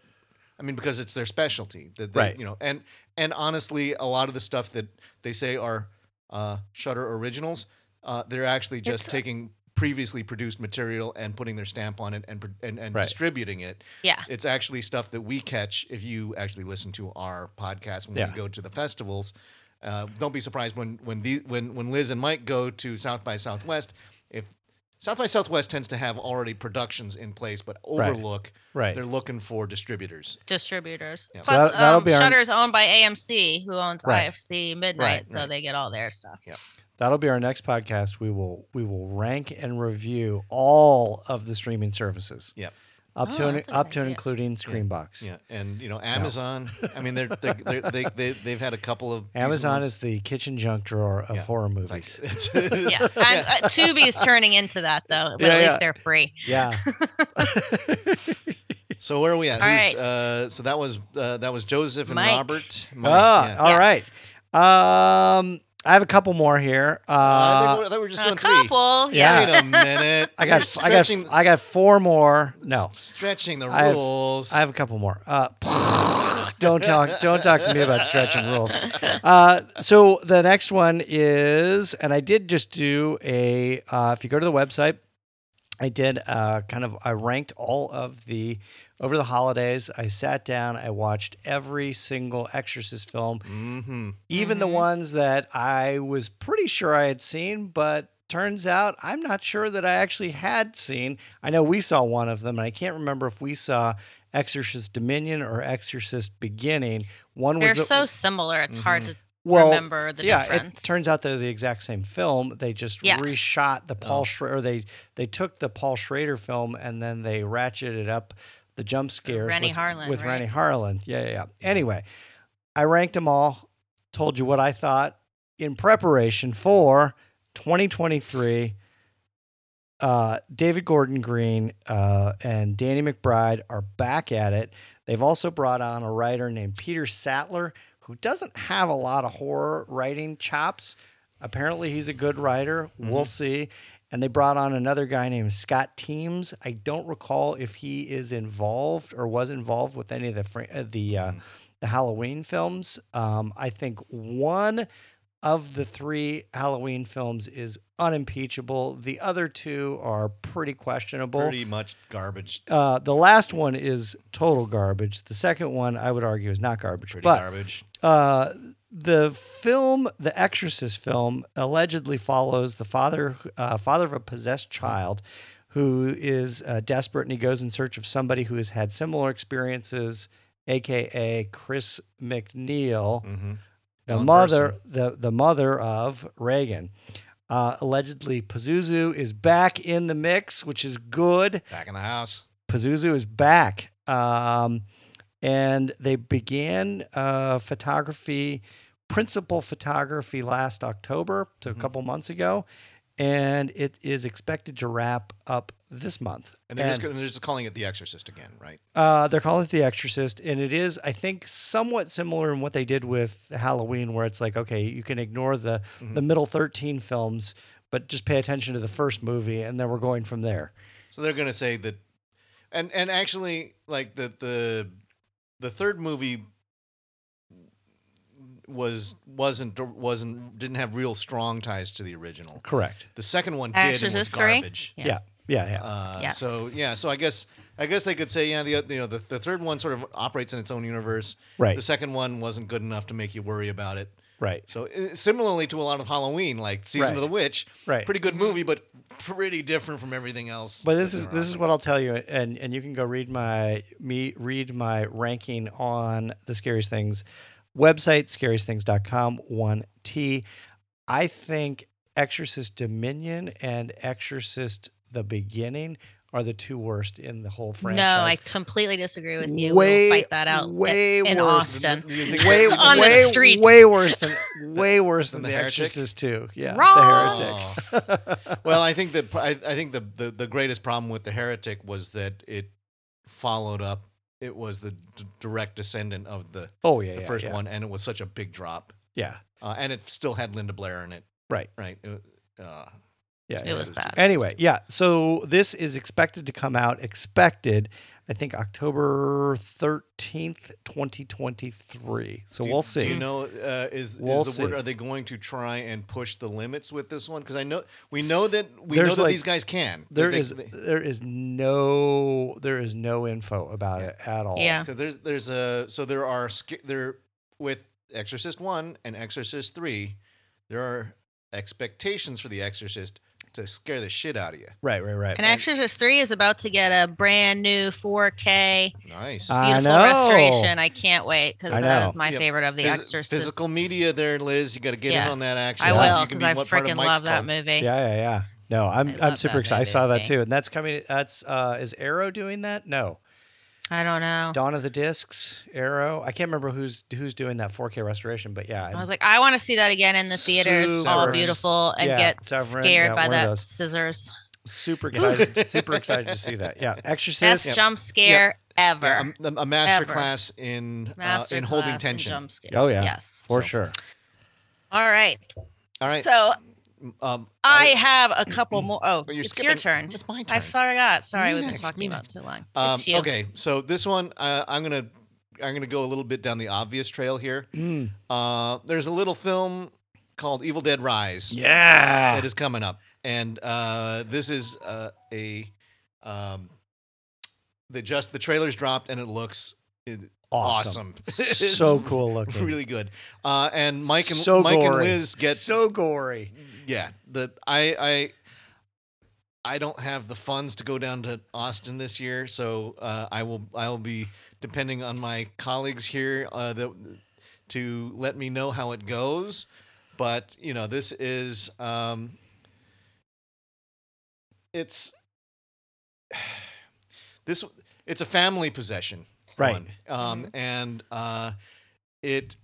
Speaker 2: I mean, because it's their specialty. That they,
Speaker 3: Right.
Speaker 2: You know, and and honestly, a lot of the stuff that they say are uh, Shutter originals, uh, they're actually just
Speaker 1: It's-
Speaker 2: taking previously produced material and putting their stamp on it and pro- and, and
Speaker 3: Right.
Speaker 2: distributing it.
Speaker 1: Yeah.
Speaker 2: It's actually stuff that we catch if you actually listen to our podcast when
Speaker 3: Yeah.
Speaker 2: we go to the festivals. Uh, don't be surprised when when the when when Liz and Mike go to South by Southwest. If South by Southwest tends to have already productions in place, but overlook
Speaker 3: Right.
Speaker 2: they're looking for distributors.
Speaker 1: Distributors.
Speaker 2: Yeah. So
Speaker 1: Plus,
Speaker 3: that- that'll
Speaker 1: um,
Speaker 3: be our-
Speaker 1: Shutter's owned by AMC, who owns
Speaker 3: Right.
Speaker 1: IFC Midnight,
Speaker 3: Right,
Speaker 1: so they get all their stuff.
Speaker 3: That'll be our next podcast. We will we will rank and review all of the streaming services.
Speaker 2: Yep.
Speaker 3: Up
Speaker 1: Oh,
Speaker 3: to and,
Speaker 1: that's a
Speaker 3: up
Speaker 1: good
Speaker 3: to and
Speaker 1: idea.
Speaker 3: including Screenbox.
Speaker 2: Yeah, and you know Amazon. I mean, they're, they're, they're they they they've had a couple of decent
Speaker 3: Amazon
Speaker 2: ones.
Speaker 3: is the kitchen junk drawer of
Speaker 2: Yeah.
Speaker 3: horror
Speaker 2: It's like-
Speaker 3: movies.
Speaker 1: Yeah. And uh, Tubi's turning into that though, but
Speaker 3: Yeah,
Speaker 1: at least
Speaker 3: yeah.
Speaker 1: they're free.
Speaker 3: yeah.
Speaker 2: so where are we at?
Speaker 1: All
Speaker 2: Who's,
Speaker 1: right.
Speaker 2: uh, so that was uh, that was Joseph and
Speaker 1: Mike.
Speaker 2: Robert. Mike,
Speaker 3: Ah,
Speaker 2: yeah.
Speaker 3: all right.
Speaker 1: Yes.
Speaker 3: Um, I have a couple more here. Uh,
Speaker 2: Uh, I, think we're, I thought we were just
Speaker 1: A
Speaker 2: doing three.
Speaker 1: couple.
Speaker 3: Yeah.
Speaker 1: Yeah.
Speaker 2: Wait a minute.
Speaker 3: I got
Speaker 2: You're
Speaker 3: I got
Speaker 2: stretching-
Speaker 3: I got four more. No,
Speaker 2: s- stretching the
Speaker 3: I have-
Speaker 2: rules.
Speaker 3: I have a couple more. Uh, don't talk. Don't talk to me about stretching rules. Uh, so the next one is, and I did just do a. Uh, if you go to the website, I did uh, kind of. I ranked all of the over the holidays. I sat down. I watched every single Exorcist film,
Speaker 2: mm-hmm.
Speaker 3: even the
Speaker 1: Mhm.
Speaker 3: ones that I was pretty sure I had seen, but. Turns out I'm not sure that I actually had seen. I know we saw one of them, and I can't remember if we saw Exorcist Dominion or Exorcist Beginning. One
Speaker 1: They're
Speaker 3: was the-
Speaker 1: so similar, it's hard to
Speaker 3: well,
Speaker 1: remember the
Speaker 3: yeah,
Speaker 1: difference.
Speaker 3: it turns out they're the exact same film. They just
Speaker 1: Yeah.
Speaker 3: reshot the Paul Schrader. Or they they took the Paul Schrader film and then they ratcheted up the jump scares
Speaker 1: Rennie
Speaker 3: with,
Speaker 1: Harlan,
Speaker 3: with
Speaker 1: right?
Speaker 3: Rennie Harlan. Yeah, yeah, yeah. Anyway, I ranked them all. Told you what I thought in preparation for 2023. Uh, David Gordon Green uh, and Danny McBride are back at it. They've also brought on a writer named Peter Sattler, who doesn't have a lot of horror writing chops. Apparently, he's a good writer. We'll see. And they brought on another guy named Scott Teams. I don't recall if he is involved or was involved with any of the fr- uh, the uh, the Halloween films. Um, I think one of the three Halloween films is unimpeachable. The other two are pretty questionable.
Speaker 2: Pretty much garbage.
Speaker 3: Uh, the last one is total garbage. The second one, I would argue, is not garbage.
Speaker 2: Pretty
Speaker 3: but
Speaker 2: garbage.
Speaker 3: uh, the film, the Exorcist film, allegedly follows the father, uh, father of a possessed child, who is uh, desperate and he goes in search of somebody who has had similar experiences, aka Chris McNeil,
Speaker 2: Mm-hmm.
Speaker 3: the
Speaker 2: Don
Speaker 3: mother
Speaker 2: Burson.
Speaker 3: the, the mother of Reagan. Uh, allegedly, Pazuzu is back in the mix, which is good.
Speaker 2: Back in the house.
Speaker 3: Pazuzu is back. Um, and they began uh, photography, principal photography last October, so a couple months ago. And it is expected to wrap up this month.
Speaker 2: And they're, just, gonna, they're just calling it The Exorcist again, right?
Speaker 3: Uh, they're calling it The Exorcist, and it is, I think, somewhat similar in what they did with Halloween, where it's like, okay, you can ignore the the middle thirteen films, but just pay attention to the first movie, and then we're going from there.
Speaker 2: So they're gonna say that, and and actually, like the the the third movie was wasn't wasn't didn't have real strong ties to the original.
Speaker 3: Correct.
Speaker 2: The second one did and was
Speaker 1: Exorcist three.
Speaker 2: garbage.
Speaker 3: Yeah. Yeah. Yeah.
Speaker 2: Uh,
Speaker 1: Yes.
Speaker 2: So yeah, so I guess I guess they could say yeah, the you know the, the third one sort of operates in its own universe.
Speaker 3: Right.
Speaker 2: The second one wasn't good enough to make you worry about it.
Speaker 3: right.
Speaker 2: So uh, similarly to a lot of Halloween, like Season
Speaker 3: Right.
Speaker 2: of the Witch,
Speaker 3: Right.
Speaker 2: pretty good movie, but pretty different from everything else.
Speaker 3: But this
Speaker 2: that
Speaker 3: is
Speaker 2: they're
Speaker 3: this is
Speaker 2: offering.
Speaker 3: what I'll tell you, and and you can go read my me read my ranking on the scariest things website, scariestthings.com, one T. I think Exorcist Dominion and Exorcist the Beginning are the two worst in the whole franchise.
Speaker 1: No, I completely disagree with you.
Speaker 3: Way-
Speaker 1: we'll fight that out
Speaker 3: way
Speaker 1: in
Speaker 3: worse
Speaker 1: Austin.
Speaker 2: You think-
Speaker 3: way,
Speaker 1: On the
Speaker 3: way,
Speaker 1: streets.
Speaker 3: way worse than way worse than,
Speaker 2: Than The
Speaker 3: the,
Speaker 2: Heretic?
Speaker 3: Exorcist Two. Yeah,
Speaker 1: Wrong.
Speaker 3: the Heretic.
Speaker 2: Oh. well, I think that I, I think the, the the greatest problem with the heretic was that it followed up. It was the d- direct descendant of the,
Speaker 3: Oh yeah,
Speaker 2: the
Speaker 3: yeah,
Speaker 2: first
Speaker 3: yeah.
Speaker 2: one, and it was such a big drop.
Speaker 3: Yeah,
Speaker 2: Uh, and it still had Linda Blair in it,
Speaker 3: right.
Speaker 2: right? It, uh,
Speaker 3: Yeah,
Speaker 1: It was bad.
Speaker 3: Anyway, yeah. So this is expected to come out expected, I think October thirteenth, twenty twenty three. So
Speaker 2: do you-
Speaker 3: we'll see.
Speaker 2: Do you know? Uh, is
Speaker 3: We'll
Speaker 2: is the word?
Speaker 3: see.
Speaker 2: Are they going to try and push the limits with this one? Because I know we know that we know
Speaker 3: There's
Speaker 2: that
Speaker 3: like-
Speaker 2: these guys can.
Speaker 3: there
Speaker 2: They-
Speaker 3: is
Speaker 2: they-
Speaker 3: there is no there is no info about it at all.
Speaker 1: Yeah.
Speaker 2: So there's there's a so there are sca- there with Exorcist one and Exorcist three, there are expectations for the Exorcist to scare the shit out of you.
Speaker 3: Right, right, right.
Speaker 1: And Exorcist 3 is about to get a brand new 4K
Speaker 2: Nice.
Speaker 3: Uh, I
Speaker 1: beautiful
Speaker 3: know.
Speaker 1: restoration. I can't wait because
Speaker 3: I
Speaker 1: that
Speaker 3: know.
Speaker 1: is my
Speaker 2: Yep.
Speaker 1: favorite of the
Speaker 2: Phys-
Speaker 1: Exorcist.
Speaker 2: Physical media, there, Liz. You got to get
Speaker 1: Yeah.
Speaker 2: in on that action.
Speaker 1: I
Speaker 2: You
Speaker 1: will
Speaker 2: can
Speaker 1: because
Speaker 2: be
Speaker 1: I
Speaker 2: one part of
Speaker 1: freaking
Speaker 2: Mike's
Speaker 1: love that
Speaker 2: club.
Speaker 1: movie.
Speaker 3: yeah, yeah, yeah. No, I'm
Speaker 1: I
Speaker 3: I'm
Speaker 1: love
Speaker 3: super
Speaker 1: that
Speaker 3: excited. I
Speaker 1: movie.
Speaker 3: saw that too. And that's coming that's uh is Arrow doing that? No.
Speaker 1: I don't know.
Speaker 3: Dawn of the Discs, Arrow. I can't remember who's who's doing that 4K restoration, but yeah.
Speaker 1: I was like, I want to see that again in the theaters, all
Speaker 2: Severance.
Speaker 1: beautiful, and
Speaker 3: Yeah,
Speaker 1: get
Speaker 3: Severance,
Speaker 1: scared
Speaker 3: yeah,
Speaker 1: by
Speaker 3: one of
Speaker 1: that
Speaker 3: those.
Speaker 1: scissors.
Speaker 3: super excited super excited to see that. Yeah.
Speaker 1: Best
Speaker 3: Exorcist.
Speaker 1: jump scare ever.
Speaker 2: Yeah, a, a master
Speaker 1: Ever.
Speaker 2: class in uh,
Speaker 1: Master
Speaker 2: in holding
Speaker 1: class
Speaker 2: tension.
Speaker 1: Jump scare.
Speaker 3: Oh, yeah.
Speaker 1: Yes.
Speaker 3: For
Speaker 2: So-
Speaker 3: sure.
Speaker 1: All right.
Speaker 2: All right.
Speaker 1: So
Speaker 2: um,
Speaker 1: I have a couple more. Oh,
Speaker 2: Well, you're
Speaker 1: it's your
Speaker 2: skipping-
Speaker 1: turn.
Speaker 2: It's my turn.
Speaker 1: I forgot. Sorry,
Speaker 2: Me
Speaker 1: we've
Speaker 2: next,
Speaker 1: been talking
Speaker 2: me
Speaker 1: about
Speaker 2: next.
Speaker 1: too long.
Speaker 2: Um,
Speaker 1: it's you.
Speaker 2: Okay, so this one uh, I'm gonna I'm gonna go a little bit down the obvious trail here.
Speaker 3: Mm.
Speaker 2: Uh, there's a little film called Evil Dead Rise
Speaker 3: Yeah.
Speaker 2: that is coming up, and uh, this is uh, a um, the just the trailers dropped and it looks it, awesome,
Speaker 3: so cool looking.
Speaker 2: really good. Uh, and Mike and
Speaker 3: so
Speaker 2: Mike
Speaker 3: gory.
Speaker 2: and Liz get
Speaker 3: so gory.
Speaker 2: yeah the i i i don't have the funds to go down to austin this year so uh, i will i'll be depending on my colleagues here uh, that, to let me know how it goes but you know this is um it's this it's a family possession
Speaker 3: Right.
Speaker 2: one. um and uh it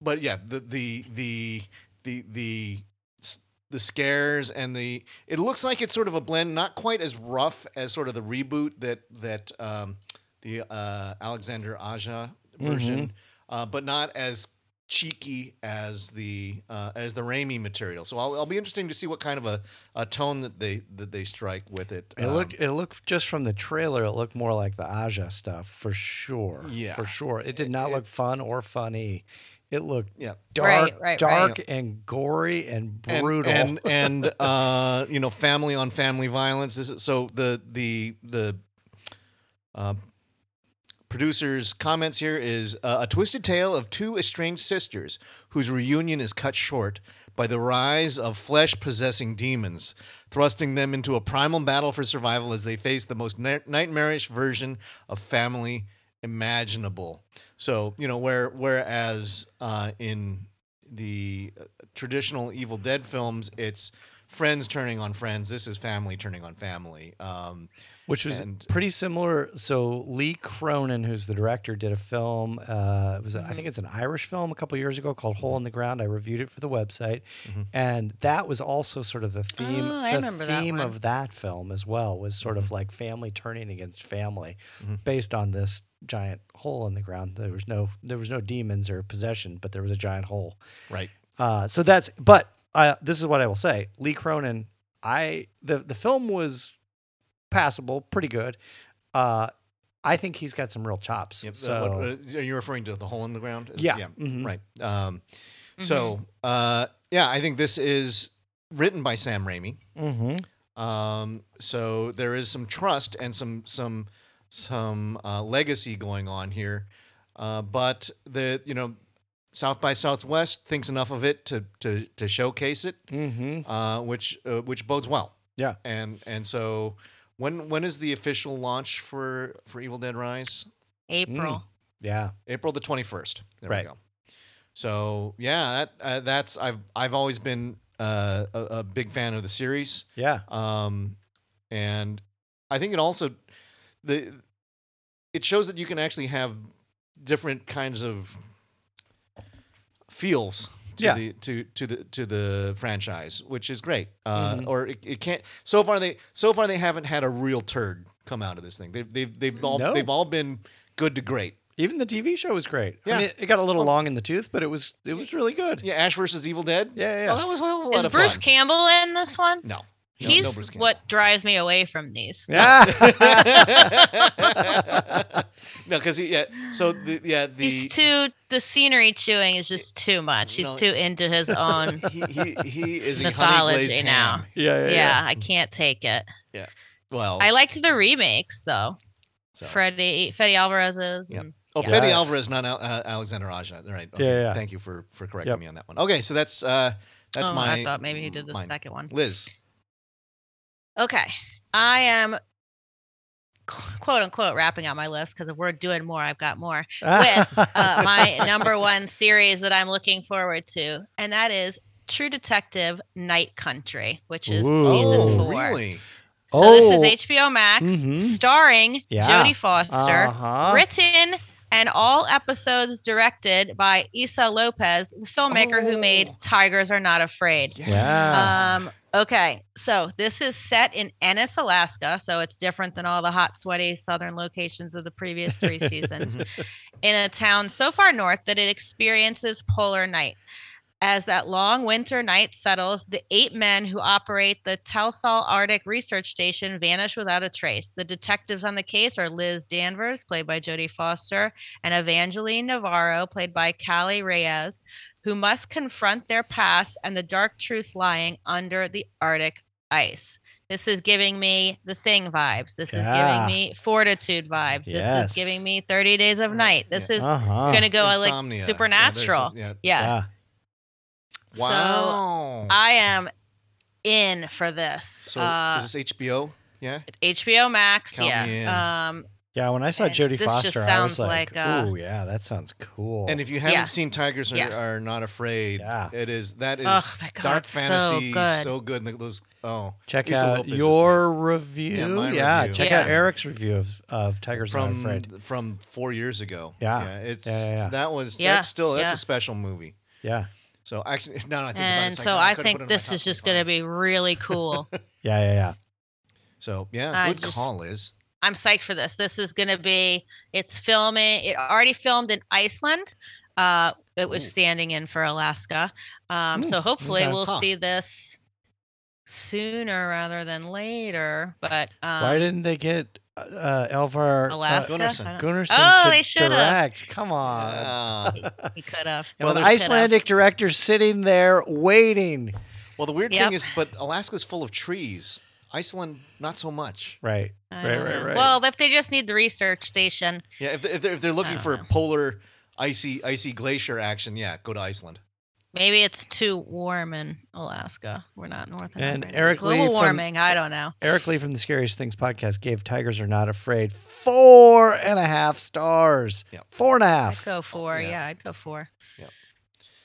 Speaker 2: but yeah the the the the the s- the scares and the it looks like it's sort of a blend not quite as rough as sort of the reboot that that um the uh alexander aja version
Speaker 3: Mm-hmm.
Speaker 2: uh but not as cheeky as the uh as the Raimi material so i'll, I'll be interesting to see what kind of a, a tone that they that they strike with it
Speaker 3: It
Speaker 2: Um,
Speaker 3: look it looked just from the trailer, it looked more like the Aja stuff for sure.
Speaker 2: Yeah.
Speaker 3: For sure. It did not look fun or funny. It looked
Speaker 2: yeah
Speaker 3: dark,
Speaker 1: Right, right,
Speaker 3: dark and gory and
Speaker 2: and-
Speaker 3: brutal.
Speaker 2: and and, uh, you know family on family violence. This is, so the the the uh, producer's comments here is uh, a twisted tale of two estranged sisters whose reunion is cut short by the rise of flesh possessing demons, thrusting them into a primal battle for survival as they face the most ni- nightmarish version of family imaginable. So you know where whereas uh, in the uh, traditional Evil Dead films, it's friends turning on friends. This is family turning on family. Um,
Speaker 3: which was
Speaker 2: And-
Speaker 3: pretty similar. So Lee Cronin, who's the director, did a film. Uh, it was I
Speaker 1: Mm-hmm.
Speaker 3: think it's an Irish film a couple years ago called Hole in the Ground. I reviewed it for the website, and that was also sort of the theme.
Speaker 1: Mm-hmm. Oh,
Speaker 3: the
Speaker 1: I remember that
Speaker 3: theme
Speaker 1: one. Mm-hmm.
Speaker 3: of that film as well was sort of like family turning against family, based on this giant hole in the ground. There was no there was no demons or possession, but there was a giant hole.
Speaker 2: right.
Speaker 3: Uh, so that's but uh, this is what I will say. Lee Cronin, I the the film was passable, pretty good. Uh, I think he's got some real chops.
Speaker 2: Yep.
Speaker 3: so
Speaker 2: uh, what- uh, are you referring to the hole in the ground?
Speaker 3: Yeah. Mhm.
Speaker 2: Right. Um, So uh, yeah, I think this is written by Sam Raimi.
Speaker 3: Mhm.
Speaker 2: Um, so there is some trust and some some some uh, legacy going on here, uh, but the you know South by Southwest thinks enough of it to to to showcase it,
Speaker 3: Mm-hmm.
Speaker 2: uh, which uh, which bodes well.
Speaker 3: yeah,
Speaker 2: And and so when when is the official launch for for Evil Dead Rise?
Speaker 3: Mm.
Speaker 1: April.
Speaker 3: yeah.
Speaker 2: April the 21st. There
Speaker 3: Right.
Speaker 2: we go. So yeah, that uh, that's I've I've always been uh, a, a big fan of the series,
Speaker 3: Yeah,
Speaker 2: um, and I think it also the it shows that you can actually have different kinds of feels to
Speaker 3: Yeah.
Speaker 2: the to to the to the franchise, which is great. Uh,
Speaker 3: Mm-hmm.
Speaker 2: Or it, it can't. So far they so far they haven't had a real turd come out of this thing. They've they've they've all
Speaker 3: No.
Speaker 2: they've all been good to great.
Speaker 3: even the TV show was great. I
Speaker 2: Yeah. Oh.
Speaker 3: mean, it got a little long in the tooth, but it was it was really good.
Speaker 2: Yeah, Ash versus Evil Dead.
Speaker 3: Yeah, yeah.
Speaker 2: Oh, that was a hell of a lot
Speaker 1: Is
Speaker 2: of
Speaker 1: Bruce
Speaker 2: fun.
Speaker 1: Campbell in this one?
Speaker 2: no, No, no
Speaker 1: He's
Speaker 2: Bruce Campbell.
Speaker 1: what drives me away from these.
Speaker 3: Yeah.
Speaker 2: No, because he yeah. So the yeah the
Speaker 1: He's too the scenery chewing is just too much. He's
Speaker 2: No.
Speaker 1: too into his own.
Speaker 2: he, he he is a honey
Speaker 1: Mythology
Speaker 2: glazed
Speaker 1: now.
Speaker 2: ham.
Speaker 3: yeah, yeah,
Speaker 1: yeah,
Speaker 3: yeah.
Speaker 1: I can't take it.
Speaker 2: Well,
Speaker 1: I liked the remakes though.
Speaker 2: Oh. so.
Speaker 1: Freddie Freddie Alvarez's.
Speaker 2: Yep.
Speaker 1: and-
Speaker 2: Oh,
Speaker 1: Yeah.
Speaker 2: Fede
Speaker 3: Yeah.
Speaker 2: Alvarez, not Al- uh, Alexander Aja. Right. Okay.
Speaker 3: Yeah, yeah.
Speaker 2: Thank you for for correcting
Speaker 3: Yep.
Speaker 2: me on that one. Okay, so that's uh that's
Speaker 1: oh,
Speaker 2: my.
Speaker 1: I thought maybe he did the
Speaker 2: mine.
Speaker 1: second one.
Speaker 2: Liz.
Speaker 1: Okay. I am qu- quote unquote wrapping up my list because if we're doing more, I've got more with uh, my number one series that I'm looking forward to, and that is True Detective Night Country, which is
Speaker 3: Ooh.
Speaker 1: season
Speaker 2: oh,
Speaker 1: four.
Speaker 2: really?
Speaker 1: So
Speaker 3: Oh.
Speaker 1: this is HBO Max,
Speaker 3: Mhm.
Speaker 1: starring
Speaker 3: Yeah.
Speaker 1: Jodie Foster,
Speaker 3: Uh-huh.
Speaker 1: written and all episodes directed by Issa Lopez, the filmmaker who made
Speaker 2: Oh.
Speaker 1: Tigers Are Not Afraid.
Speaker 3: Yeah.
Speaker 1: Um, okay, so this is set in Ennis, Alaska, so it's different than all the hot, sweaty southern locations of the previous three seasons. in a town so far north that it experiences polar night. As that long winter night settles, the eight men who operate the Telsol Arctic Research Station vanish without a trace. The detectives on the case are Liz Danvers, played by Jodie Foster, and Evangeline Navarro, played by Callie Reyes, who must confront their past and the dark truths lying under the Arctic ice. This is giving me the thing vibes. This
Speaker 3: Yeah.
Speaker 1: is giving me fortitude vibes. This
Speaker 3: Yes.
Speaker 1: is giving me 30 days of night. This is
Speaker 3: uh-huh.
Speaker 1: going to go uh,
Speaker 2: Insomnia.
Speaker 1: like
Speaker 2: Yeah, there's
Speaker 1: supernatural.
Speaker 2: some- yeah.
Speaker 1: yeah.
Speaker 3: yeah.
Speaker 2: Wow.
Speaker 1: So I am in for this.
Speaker 2: so
Speaker 1: uh,
Speaker 2: is this HBO? Yeah.
Speaker 1: HBO Max.
Speaker 2: Count me in.
Speaker 1: yeah. Um,
Speaker 3: Yeah, when I saw
Speaker 1: And
Speaker 3: Jodie
Speaker 1: this just
Speaker 3: Foster,
Speaker 1: sounds
Speaker 3: I was like,
Speaker 1: like, uh,
Speaker 3: "Ooh, yeah, that sounds cool."
Speaker 2: And if you haven't
Speaker 1: Yeah.
Speaker 2: seen Tigers are,
Speaker 1: Yeah.
Speaker 2: are Not Afraid,
Speaker 3: Yeah.
Speaker 2: it is that is
Speaker 1: Oh my God,
Speaker 2: dark
Speaker 1: it's so
Speaker 2: fantasy, so
Speaker 1: good.
Speaker 2: good. and those oh,
Speaker 3: check
Speaker 2: Issa
Speaker 3: out
Speaker 2: Lopez is
Speaker 3: your review.
Speaker 2: Yeah,
Speaker 3: Yeah,
Speaker 2: my review.
Speaker 3: check out
Speaker 1: Yeah.
Speaker 3: Eric's review of, of Tigers Not
Speaker 2: from
Speaker 3: Afraid.
Speaker 2: from four years ago.
Speaker 3: Yeah.
Speaker 2: it's
Speaker 3: Yeah, yeah, yeah.
Speaker 2: that was
Speaker 1: Yeah,
Speaker 2: that's still that's
Speaker 1: yeah.
Speaker 2: a special movie.
Speaker 3: Yeah,
Speaker 2: So actually, no, I think about it,
Speaker 1: and
Speaker 2: it's like,
Speaker 1: so
Speaker 2: oh,
Speaker 1: I
Speaker 2: could've put it
Speaker 1: think
Speaker 2: in my
Speaker 1: this
Speaker 2: top
Speaker 1: is just
Speaker 2: 25.
Speaker 1: going to be really cool.
Speaker 3: yeah, yeah, yeah.
Speaker 2: So yeah,
Speaker 1: I
Speaker 2: good
Speaker 1: just-
Speaker 2: call, Liz.
Speaker 1: I'm psyched for this. This is going to be, it's filming, it already filmed in Iceland. Uh, it was standing in for Alaska. Um, so hopefully
Speaker 3: okay.
Speaker 1: we'll
Speaker 2: Huh.
Speaker 1: see this sooner rather than later. But um,
Speaker 3: Why didn't they get uh, Elvar uh,
Speaker 1: Alaska?
Speaker 2: Gunnarsson.
Speaker 1: I don't-
Speaker 3: Gunnarsson
Speaker 1: Oh,
Speaker 3: to
Speaker 1: they should've.
Speaker 3: direct? Come on.
Speaker 2: Uh,
Speaker 1: He could have.
Speaker 3: And
Speaker 2: Well,
Speaker 3: well, the
Speaker 2: there's-
Speaker 3: Icelandic director sitting there waiting.
Speaker 2: well, the weird
Speaker 1: Yep.
Speaker 2: thing is, but Alaska's full of trees. Iceland, not so much.
Speaker 3: Right,
Speaker 1: I
Speaker 3: right,
Speaker 1: don't
Speaker 3: right,
Speaker 1: know.
Speaker 3: right.
Speaker 1: Well, if they just need the research station,
Speaker 2: Yeah, if they're, if they're, if they're looking
Speaker 1: don't
Speaker 2: for
Speaker 1: know.
Speaker 2: polar icy icy glacier action, yeah, go to Iceland.
Speaker 1: maybe it's too warm in Alaska. We're not north. enough
Speaker 3: And
Speaker 1: right now.
Speaker 3: Eric Lee
Speaker 1: global
Speaker 3: from-
Speaker 1: warming. I don't know.
Speaker 3: Eric Lee from the Scariest Things podcast gave Tigers Are Not Afraid four and a half stars.
Speaker 2: Yep.
Speaker 3: Four and a
Speaker 1: I'd
Speaker 3: half.
Speaker 1: go four.
Speaker 2: yeah.
Speaker 1: Yeah. I'd go four.
Speaker 2: Yep.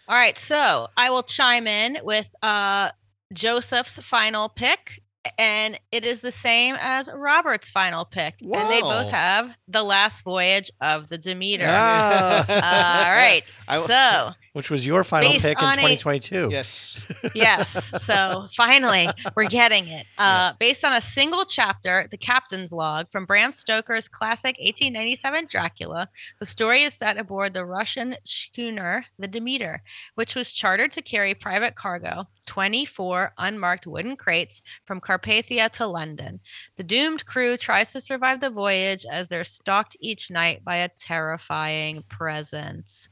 Speaker 1: All right, so I will chime in with uh, Joseph's final pick, and it is the same as Robert's final pick, and they
Speaker 2: Wow.
Speaker 1: both have the Last Voyage of the Demeter.
Speaker 3: Ah,
Speaker 1: All right,
Speaker 2: I-
Speaker 1: so
Speaker 3: which was your final
Speaker 1: Based
Speaker 3: pick in
Speaker 1: on a-
Speaker 3: 2022.
Speaker 2: Yes.
Speaker 1: yes. So finally, we're getting it. Uh, based on a single chapter, The Captain's Log, from Bram Stoker's classic 1897 Dracula, the story is set aboard the Russian schooner, the Demeter, which was chartered to carry private cargo, 24 unmarked wooden crates from Carpathia to London. The doomed crew tries to survive the voyage as they're stalked each night by a terrifying presence.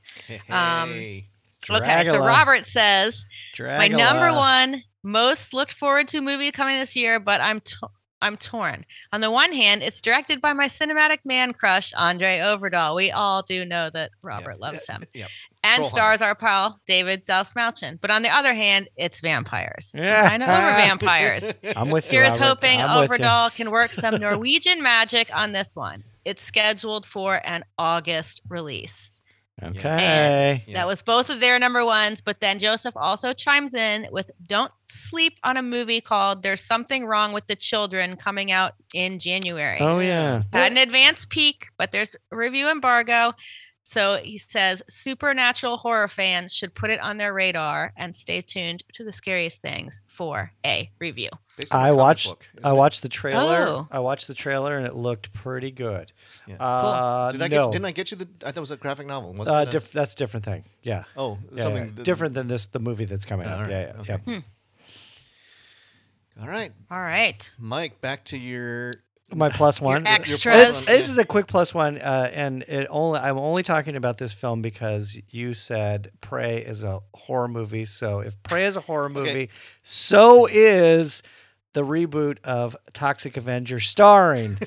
Speaker 1: Um,
Speaker 2: Hey.
Speaker 1: Okay, so
Speaker 3: Dragula.
Speaker 1: Robert says my
Speaker 3: Dragula.
Speaker 1: number one most looked forward to movie coming this year, but I'm t- I'm torn. On the one hand, it's directed by my cinematic man crush Andre Overdahl. We all do know that Robert loves him,
Speaker 2: Yep.
Speaker 1: and
Speaker 2: Troll
Speaker 1: stars our pal David Dalsmalchin. But on the other hand, it's vampires.
Speaker 3: Yeah.
Speaker 1: I know over vampires.
Speaker 3: I'm with you.
Speaker 1: Here's
Speaker 3: Robert.
Speaker 1: hoping
Speaker 3: I'm with you.
Speaker 1: Overdahl can work some Norwegian magic on this one. It's scheduled for an August release.
Speaker 3: Okay.
Speaker 2: Yeah.
Speaker 1: That was both of their number ones. But then Joseph also chimes in with Don't Sleep on a movie called There's Something Wrong with the Children coming out in January.
Speaker 3: Oh yeah.
Speaker 1: Had an advance peek, but there's review embargo. So he says supernatural horror fans should put it on their radar and stay tuned to the scariest things for a review.
Speaker 2: Based on a
Speaker 3: I
Speaker 2: comic
Speaker 3: watched.
Speaker 2: book, isn't
Speaker 3: I
Speaker 2: it?
Speaker 3: watched the trailer.
Speaker 1: Oh.
Speaker 3: I watched the trailer, and it looked pretty good.
Speaker 2: Yeah.
Speaker 3: Uh,
Speaker 2: Did I get,
Speaker 3: no,
Speaker 2: you- Didn't I get you the? I thought it was a graphic novel. Wasn't
Speaker 3: uh,
Speaker 2: it a-
Speaker 3: diff- that's a different thing. Yeah.
Speaker 2: oh,
Speaker 3: Yeah,
Speaker 2: something
Speaker 3: yeah.
Speaker 2: th-
Speaker 3: different than this. The movie that's coming
Speaker 2: Oh,
Speaker 3: out.
Speaker 2: all right.
Speaker 3: Yeah. Yeah.
Speaker 2: Okay.
Speaker 3: yeah.
Speaker 2: All right,
Speaker 1: All right.
Speaker 2: Mike. Back to your.
Speaker 3: my plus one.
Speaker 1: Your
Speaker 3: This,
Speaker 1: extras.
Speaker 3: this is a quick plus one, uh, and it only I'm only talking about this film because you said Prey is a horror movie. So if Prey is a horror movie, so is the reboot of Toxic Avenger, starring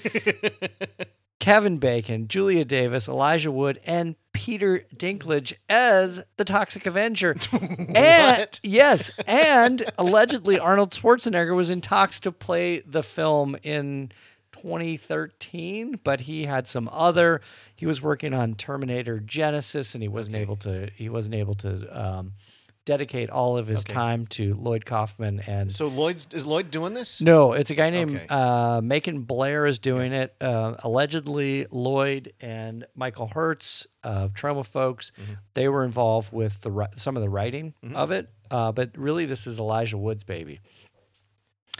Speaker 3: Kevin Bacon, Julia Davis, Elijah Wood, and Peter Dinklage as the Toxic Avenger. And,
Speaker 2: What?
Speaker 3: yes, and allegedly Arnold Schwarzenegger was in talks to play the film in 2013, but he had some other. He was working on Terminator Genesis, and he wasn't able to. He wasn't able to. Um, Dedicate all of his
Speaker 2: Okay.
Speaker 3: time to Lloyd Kaufman and
Speaker 2: So Lloyd's is Lloyd doing this?
Speaker 3: no, it's a guy named
Speaker 2: Okay.
Speaker 3: uh, Macon Blair is doing it. Uh, allegedly, Lloyd and Michael Hertz, uh, Trauma folks, they were involved with the ri- some of the writing of it. Uh, but really, this is Elijah Wood's baby.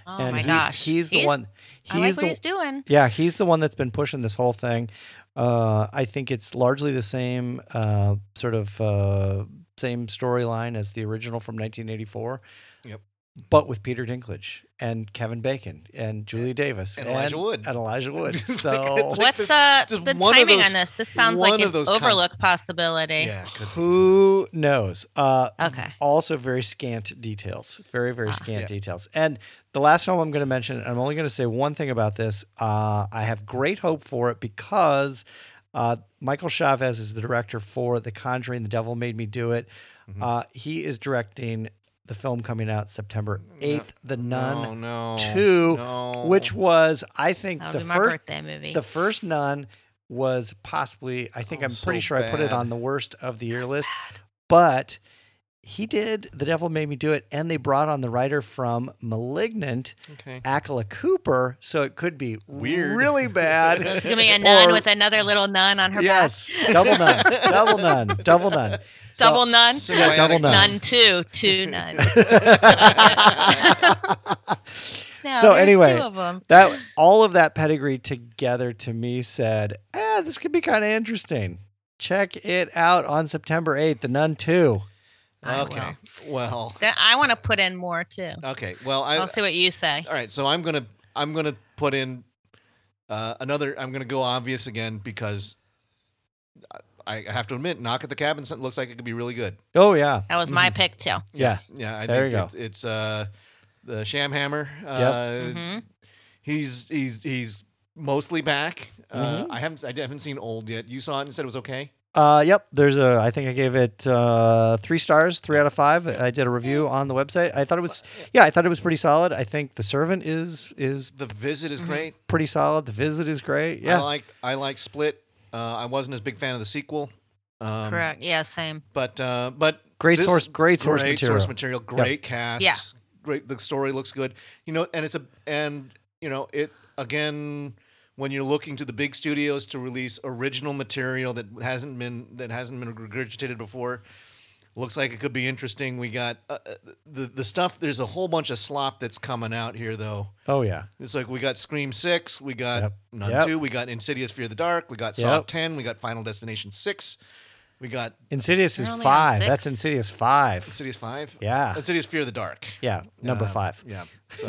Speaker 1: Oh
Speaker 3: and
Speaker 1: my
Speaker 3: he-
Speaker 1: gosh.
Speaker 3: he's the one. He's
Speaker 1: I like what
Speaker 3: the,
Speaker 1: he's doing.
Speaker 3: yeah, he's the one that's been pushing this whole thing. Uh, I think it's largely the same uh, sort of uh, same storyline as the original from 1984.
Speaker 2: Yep.
Speaker 3: But with Peter Dinklage and Kevin Bacon and Julia Davis
Speaker 2: and Elijah Wood.
Speaker 3: and Elijah Wood.
Speaker 2: It's
Speaker 3: so
Speaker 2: like- it's like-
Speaker 1: What's uh,
Speaker 2: just
Speaker 1: the
Speaker 2: one of
Speaker 1: timing
Speaker 2: those-
Speaker 1: on this? This sounds
Speaker 2: one
Speaker 1: like
Speaker 2: of
Speaker 1: an
Speaker 2: those com-
Speaker 1: overlook possibility.
Speaker 2: Yeah. good.
Speaker 3: who knows? Uh,
Speaker 1: Okay. Ah.
Speaker 3: also very scant details very very scant
Speaker 2: Yeah.
Speaker 3: details and the last film i'm going to mention i'm only going to say one thing about this uh, i have great hope for it because uh, michael chavez is the director for the conjuring the devil made me do it
Speaker 2: Mm-hmm.
Speaker 3: uh, he is directing the film coming out september 8th the
Speaker 2: Oh
Speaker 3: nun
Speaker 2: no.
Speaker 3: 2
Speaker 2: No.
Speaker 3: which was i think
Speaker 1: That'll
Speaker 3: the
Speaker 1: be my
Speaker 3: first
Speaker 1: birthday movie.
Speaker 3: the first nun was possibly, I think
Speaker 2: Oh,
Speaker 3: I'm pretty
Speaker 2: so
Speaker 3: sure I put it
Speaker 2: bad.
Speaker 3: on the worst of the year list, but he did The Devil Made Me Do It, and they brought on the writer from Malignant,
Speaker 2: Okay.
Speaker 3: Akela Cooper, so it could be
Speaker 2: Weird.
Speaker 3: really bad.
Speaker 1: It's gonna be a nun
Speaker 3: or-
Speaker 1: with another little nun on her
Speaker 3: Yes, double nun, double nun, double nun.
Speaker 1: back. Double nun.
Speaker 2: So-
Speaker 3: Yeah, double
Speaker 2: Symbiotic.
Speaker 3: nun.
Speaker 1: Nun two, two nuns. no,
Speaker 3: So
Speaker 1: there's
Speaker 3: anyway,
Speaker 1: two of them.
Speaker 3: that all of that pedigree together to me said, ah, this could be kind of interesting. Check it out on September 8th, The Nun 2.
Speaker 1: I
Speaker 2: Okay. Well.
Speaker 1: Then I want to put in more too.
Speaker 2: Okay. Well, I.
Speaker 1: I'll see what you say.
Speaker 2: All right. So I'm gonna I'm gonna put in uh, another. I'm gonna go obvious again because I, I have to admit, Knock at the Cabin sent- looks like it could be really good.
Speaker 3: Oh, yeah.
Speaker 1: That was my pick too.
Speaker 3: Yeah.
Speaker 2: Yeah. I
Speaker 3: There
Speaker 2: think
Speaker 3: you go.
Speaker 2: It, it's uh, the Sham Hammer. Uh,
Speaker 1: Mhm.
Speaker 2: He's he's he's mostly back. Uh,
Speaker 3: Mm-hmm.
Speaker 2: I haven't I haven't seen Old yet. You saw it and said it was okay.
Speaker 3: Uh, yep. There's a. I think I gave it uh, three stars, three out of five. I did a review on the website. I thought it was. Yeah, I thought it was pretty solid. I think the servant is is
Speaker 2: The Visit is great.
Speaker 3: pretty solid. The visit is great.
Speaker 2: I
Speaker 3: Mm-hmm. Yeah.
Speaker 2: like I like Split. Uh, I wasn't as big fan of the sequel. Um,
Speaker 1: Correct. Yeah, same.
Speaker 2: But uh, but
Speaker 3: Great
Speaker 2: this-
Speaker 3: source- great source
Speaker 2: great
Speaker 3: material.
Speaker 2: source material, great cast.
Speaker 1: Yeah.
Speaker 2: Great. The story looks good. You know, and it's a and you know it again when you're looking to the big studios to release original material that hasn't been that hasn't been regurgitated before. Looks like it could be interesting. We got uh, uh, the the stuff. There's a whole bunch of slop that's coming out here though.
Speaker 3: Oh yeah.
Speaker 2: It's like we got Scream Six, we got
Speaker 3: Yep.
Speaker 2: Nun
Speaker 3: Yep.
Speaker 2: Two, we got Insidious: Fear the Dark, we got Saw
Speaker 3: Yep.
Speaker 2: Ten, we got Final Destination Six, we got
Speaker 3: Insidious is
Speaker 1: They're only on
Speaker 3: five.
Speaker 1: six.
Speaker 3: That's Insidious five.
Speaker 2: Insidious Five.
Speaker 3: Yeah.
Speaker 2: Insidious: Fear the Dark.
Speaker 3: Yeah, number
Speaker 2: Uh,
Speaker 1: um,
Speaker 3: five.
Speaker 2: Yeah. So,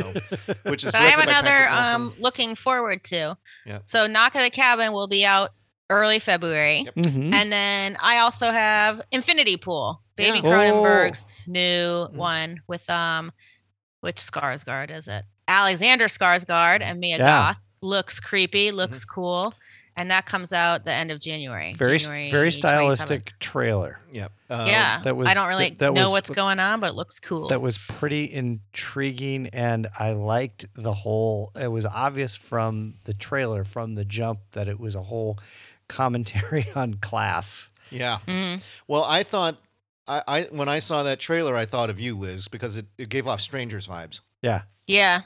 Speaker 2: which is.
Speaker 1: But I have
Speaker 2: directed by
Speaker 1: another
Speaker 2: Patrick Wilson.
Speaker 1: um looking forward to.
Speaker 2: Yeah.
Speaker 1: So Knock at the Cabin will be out early February.
Speaker 2: Yep.
Speaker 3: Mhm.
Speaker 1: And then I also have Infinity Pool, Baby
Speaker 2: Yeah.
Speaker 1: Cronenberg's
Speaker 3: Oh. Mm.
Speaker 1: new one with um, which Skarsgård is it? Alexander Skarsgård and Mia
Speaker 3: Yeah. Mm-hmm.
Speaker 1: Goth looks creepy, looks cool, and that comes out the end of January.
Speaker 3: Very
Speaker 1: January
Speaker 3: very
Speaker 1: 27th.
Speaker 3: stylistic trailer.
Speaker 2: Yeah. Uh,
Speaker 1: yeah,
Speaker 3: that was-
Speaker 1: I don't really
Speaker 3: that- that
Speaker 1: know
Speaker 3: was-
Speaker 1: what's going on, but it looks cool.
Speaker 3: That was pretty intriguing, and I liked the whole. It was obvious from the trailer, from the jump, that it was a whole commentary on class.
Speaker 2: Yeah.
Speaker 1: Mhm.
Speaker 2: Well, I thought. I, I when I saw that trailer, I thought of you, Liz, because it, it gave off Strangers vibes.
Speaker 3: Yeah,
Speaker 1: Yeah,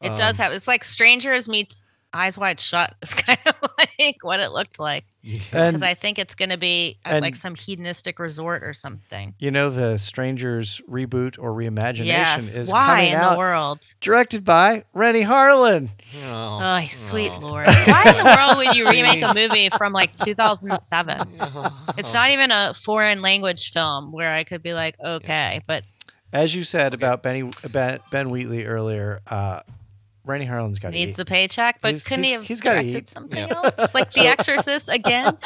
Speaker 1: it does
Speaker 2: Um,
Speaker 1: have. It's like Strangers meets Eyes Wide Shut. It's kind of like what it looked like
Speaker 2: Yeah.
Speaker 3: and
Speaker 1: because I think it's going to be at
Speaker 3: and-
Speaker 1: like some hedonistic resort or something.
Speaker 3: you know the Strangers reboot or reimagination
Speaker 1: Yes.
Speaker 3: is
Speaker 1: Why
Speaker 3: coming
Speaker 1: in
Speaker 3: out,
Speaker 1: the world?
Speaker 3: directed by Rennie Harlan.
Speaker 2: Oh.
Speaker 1: Oh, sweet
Speaker 2: Oh.
Speaker 1: lord! Why in the world would you remake a movie from like 2007?
Speaker 2: Oh.
Speaker 1: It's not even a foreign language film where I could be like, okay, but
Speaker 3: As you said about Benny Ben, ben Wheatley earlier, uh, Rennie Harlan's got to eat.
Speaker 1: needs a paycheck. But
Speaker 3: He's-
Speaker 1: couldn't he
Speaker 3: he's-
Speaker 1: have
Speaker 3: he's gotta
Speaker 1: directed
Speaker 3: eat.
Speaker 1: something else, like The Exorcist again?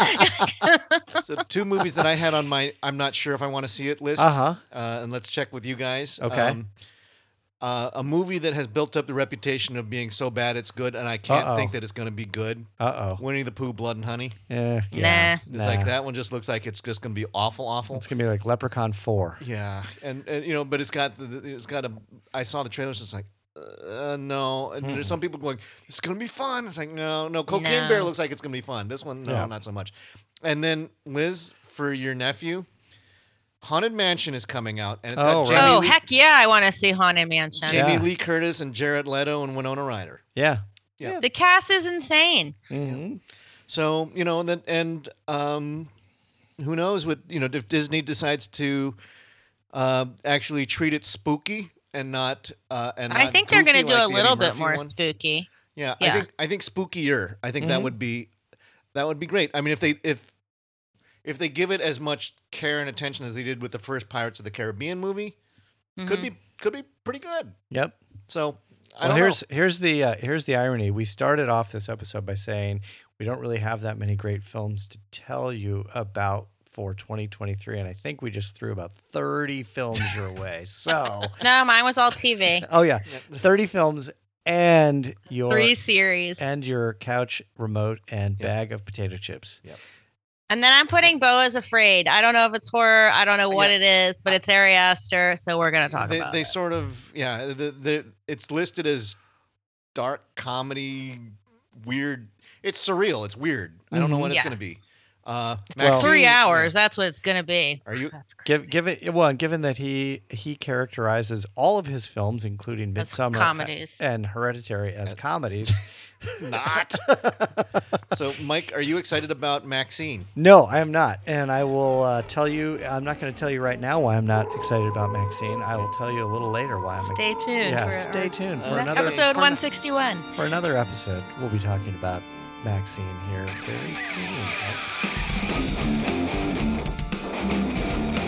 Speaker 2: so two movies that I had on my I'm not sure if I want to see it list.
Speaker 3: Uh-huh.
Speaker 2: Uh, and let's check with you guys. Um,
Speaker 3: Okay.
Speaker 2: uh, a movie that has built up the reputation of being so bad it's good, and I can't
Speaker 3: Uh-oh.
Speaker 2: think that it's going to be good.
Speaker 3: uh oh.
Speaker 2: Winnie the Pooh, Blood and Honey.
Speaker 3: Yeah,
Speaker 1: Nah.
Speaker 2: It's like that one just looks like it's just going to be awful, awful.
Speaker 3: It's gonna be like Leprechaun Four.
Speaker 2: Yeah, and, and you know, but it's got the- the, it's got a. I saw the trailers. It's like, uh, no. And there's
Speaker 3: Hmm.
Speaker 2: some people going, it's gonna be fun. It's like, no, no. Cocaine
Speaker 1: No.
Speaker 2: Bear looks like it's gonna be fun. This one, no,
Speaker 3: Yeah.
Speaker 2: not so much. And then Liz for your nephew, Haunted Mansion is coming out, and it's got
Speaker 3: Oh, right.
Speaker 2: Jamie,
Speaker 1: oh
Speaker 2: Lee,
Speaker 1: heck yeah! I want to see Haunted Mansion.
Speaker 2: Jamie
Speaker 3: Yeah.
Speaker 2: Lee Curtis and Jared Leto and Winona Ryder.
Speaker 3: Yeah.
Speaker 2: Yeah.
Speaker 1: The cast is insane.
Speaker 3: Mhm.
Speaker 2: So you know, and then and um, who knows what you know if Disney decides to uh, actually treat it spooky and not uh, and
Speaker 1: I
Speaker 2: not
Speaker 1: think they're going to
Speaker 2: goofy
Speaker 1: do
Speaker 2: like
Speaker 1: a
Speaker 2: the
Speaker 1: little
Speaker 2: Eddie
Speaker 1: bit
Speaker 2: Murphy
Speaker 1: more
Speaker 2: one.
Speaker 1: spooky.
Speaker 2: yeah, I
Speaker 1: yeah. Mm-hmm.
Speaker 2: think I think spookier. I think that would be that would be great. I mean, if they if if they give it as much care and attention as they did with the first Pirates of the Caribbean movie,
Speaker 1: Mm-hmm.
Speaker 2: could be could be pretty good.
Speaker 3: Yep.
Speaker 2: So I
Speaker 3: Well,
Speaker 2: don't
Speaker 3: here's
Speaker 2: know.
Speaker 3: here's the uh, here's the irony. We started off this episode by saying we don't really have that many great films to tell you about for 2023, and I think we just threw about 30 films your way. So,
Speaker 1: No, mine was all TV.
Speaker 3: oh yeah, 30 films and your
Speaker 1: Three series.
Speaker 3: and your couch remote and
Speaker 2: Yep.
Speaker 3: bag of potato chips.
Speaker 1: And then I'm putting Boa's Afraid. I don't know if it's horror. I don't know what
Speaker 2: Yeah.
Speaker 1: it is, but it's Ari Aster, so we're gonna talk
Speaker 2: they,
Speaker 1: about
Speaker 2: they
Speaker 1: it.
Speaker 2: sort of yeah the, the it's listed as dark comedy weird it's surreal it's weird i don't know
Speaker 3: Mhm.
Speaker 2: what
Speaker 1: Mm-hmm. Yeah.
Speaker 2: it's going to be uh
Speaker 1: It's
Speaker 3: Well-
Speaker 1: three
Speaker 2: Maxine-
Speaker 1: hours. That's what it's gonna be.
Speaker 2: are you
Speaker 1: That's crazy.
Speaker 3: Give, given well, and given that he he characterizes all of his films, including
Speaker 1: That's
Speaker 3: Midsummer
Speaker 1: comedies.
Speaker 3: and Hereditary, as comedies.
Speaker 2: not so mike are you excited about maxine
Speaker 3: No, I am not. And I will uh, tell you, I'm not going to tell you right now why I'm not excited about Maxine. I will tell you a little later why I'm
Speaker 1: Stay tuned.
Speaker 3: Yeah,
Speaker 1: for-
Speaker 3: stay tuned for
Speaker 1: for
Speaker 3: another
Speaker 1: episode
Speaker 3: for,
Speaker 1: 161.
Speaker 3: for another episode. We'll be talking about Maxine here very soon.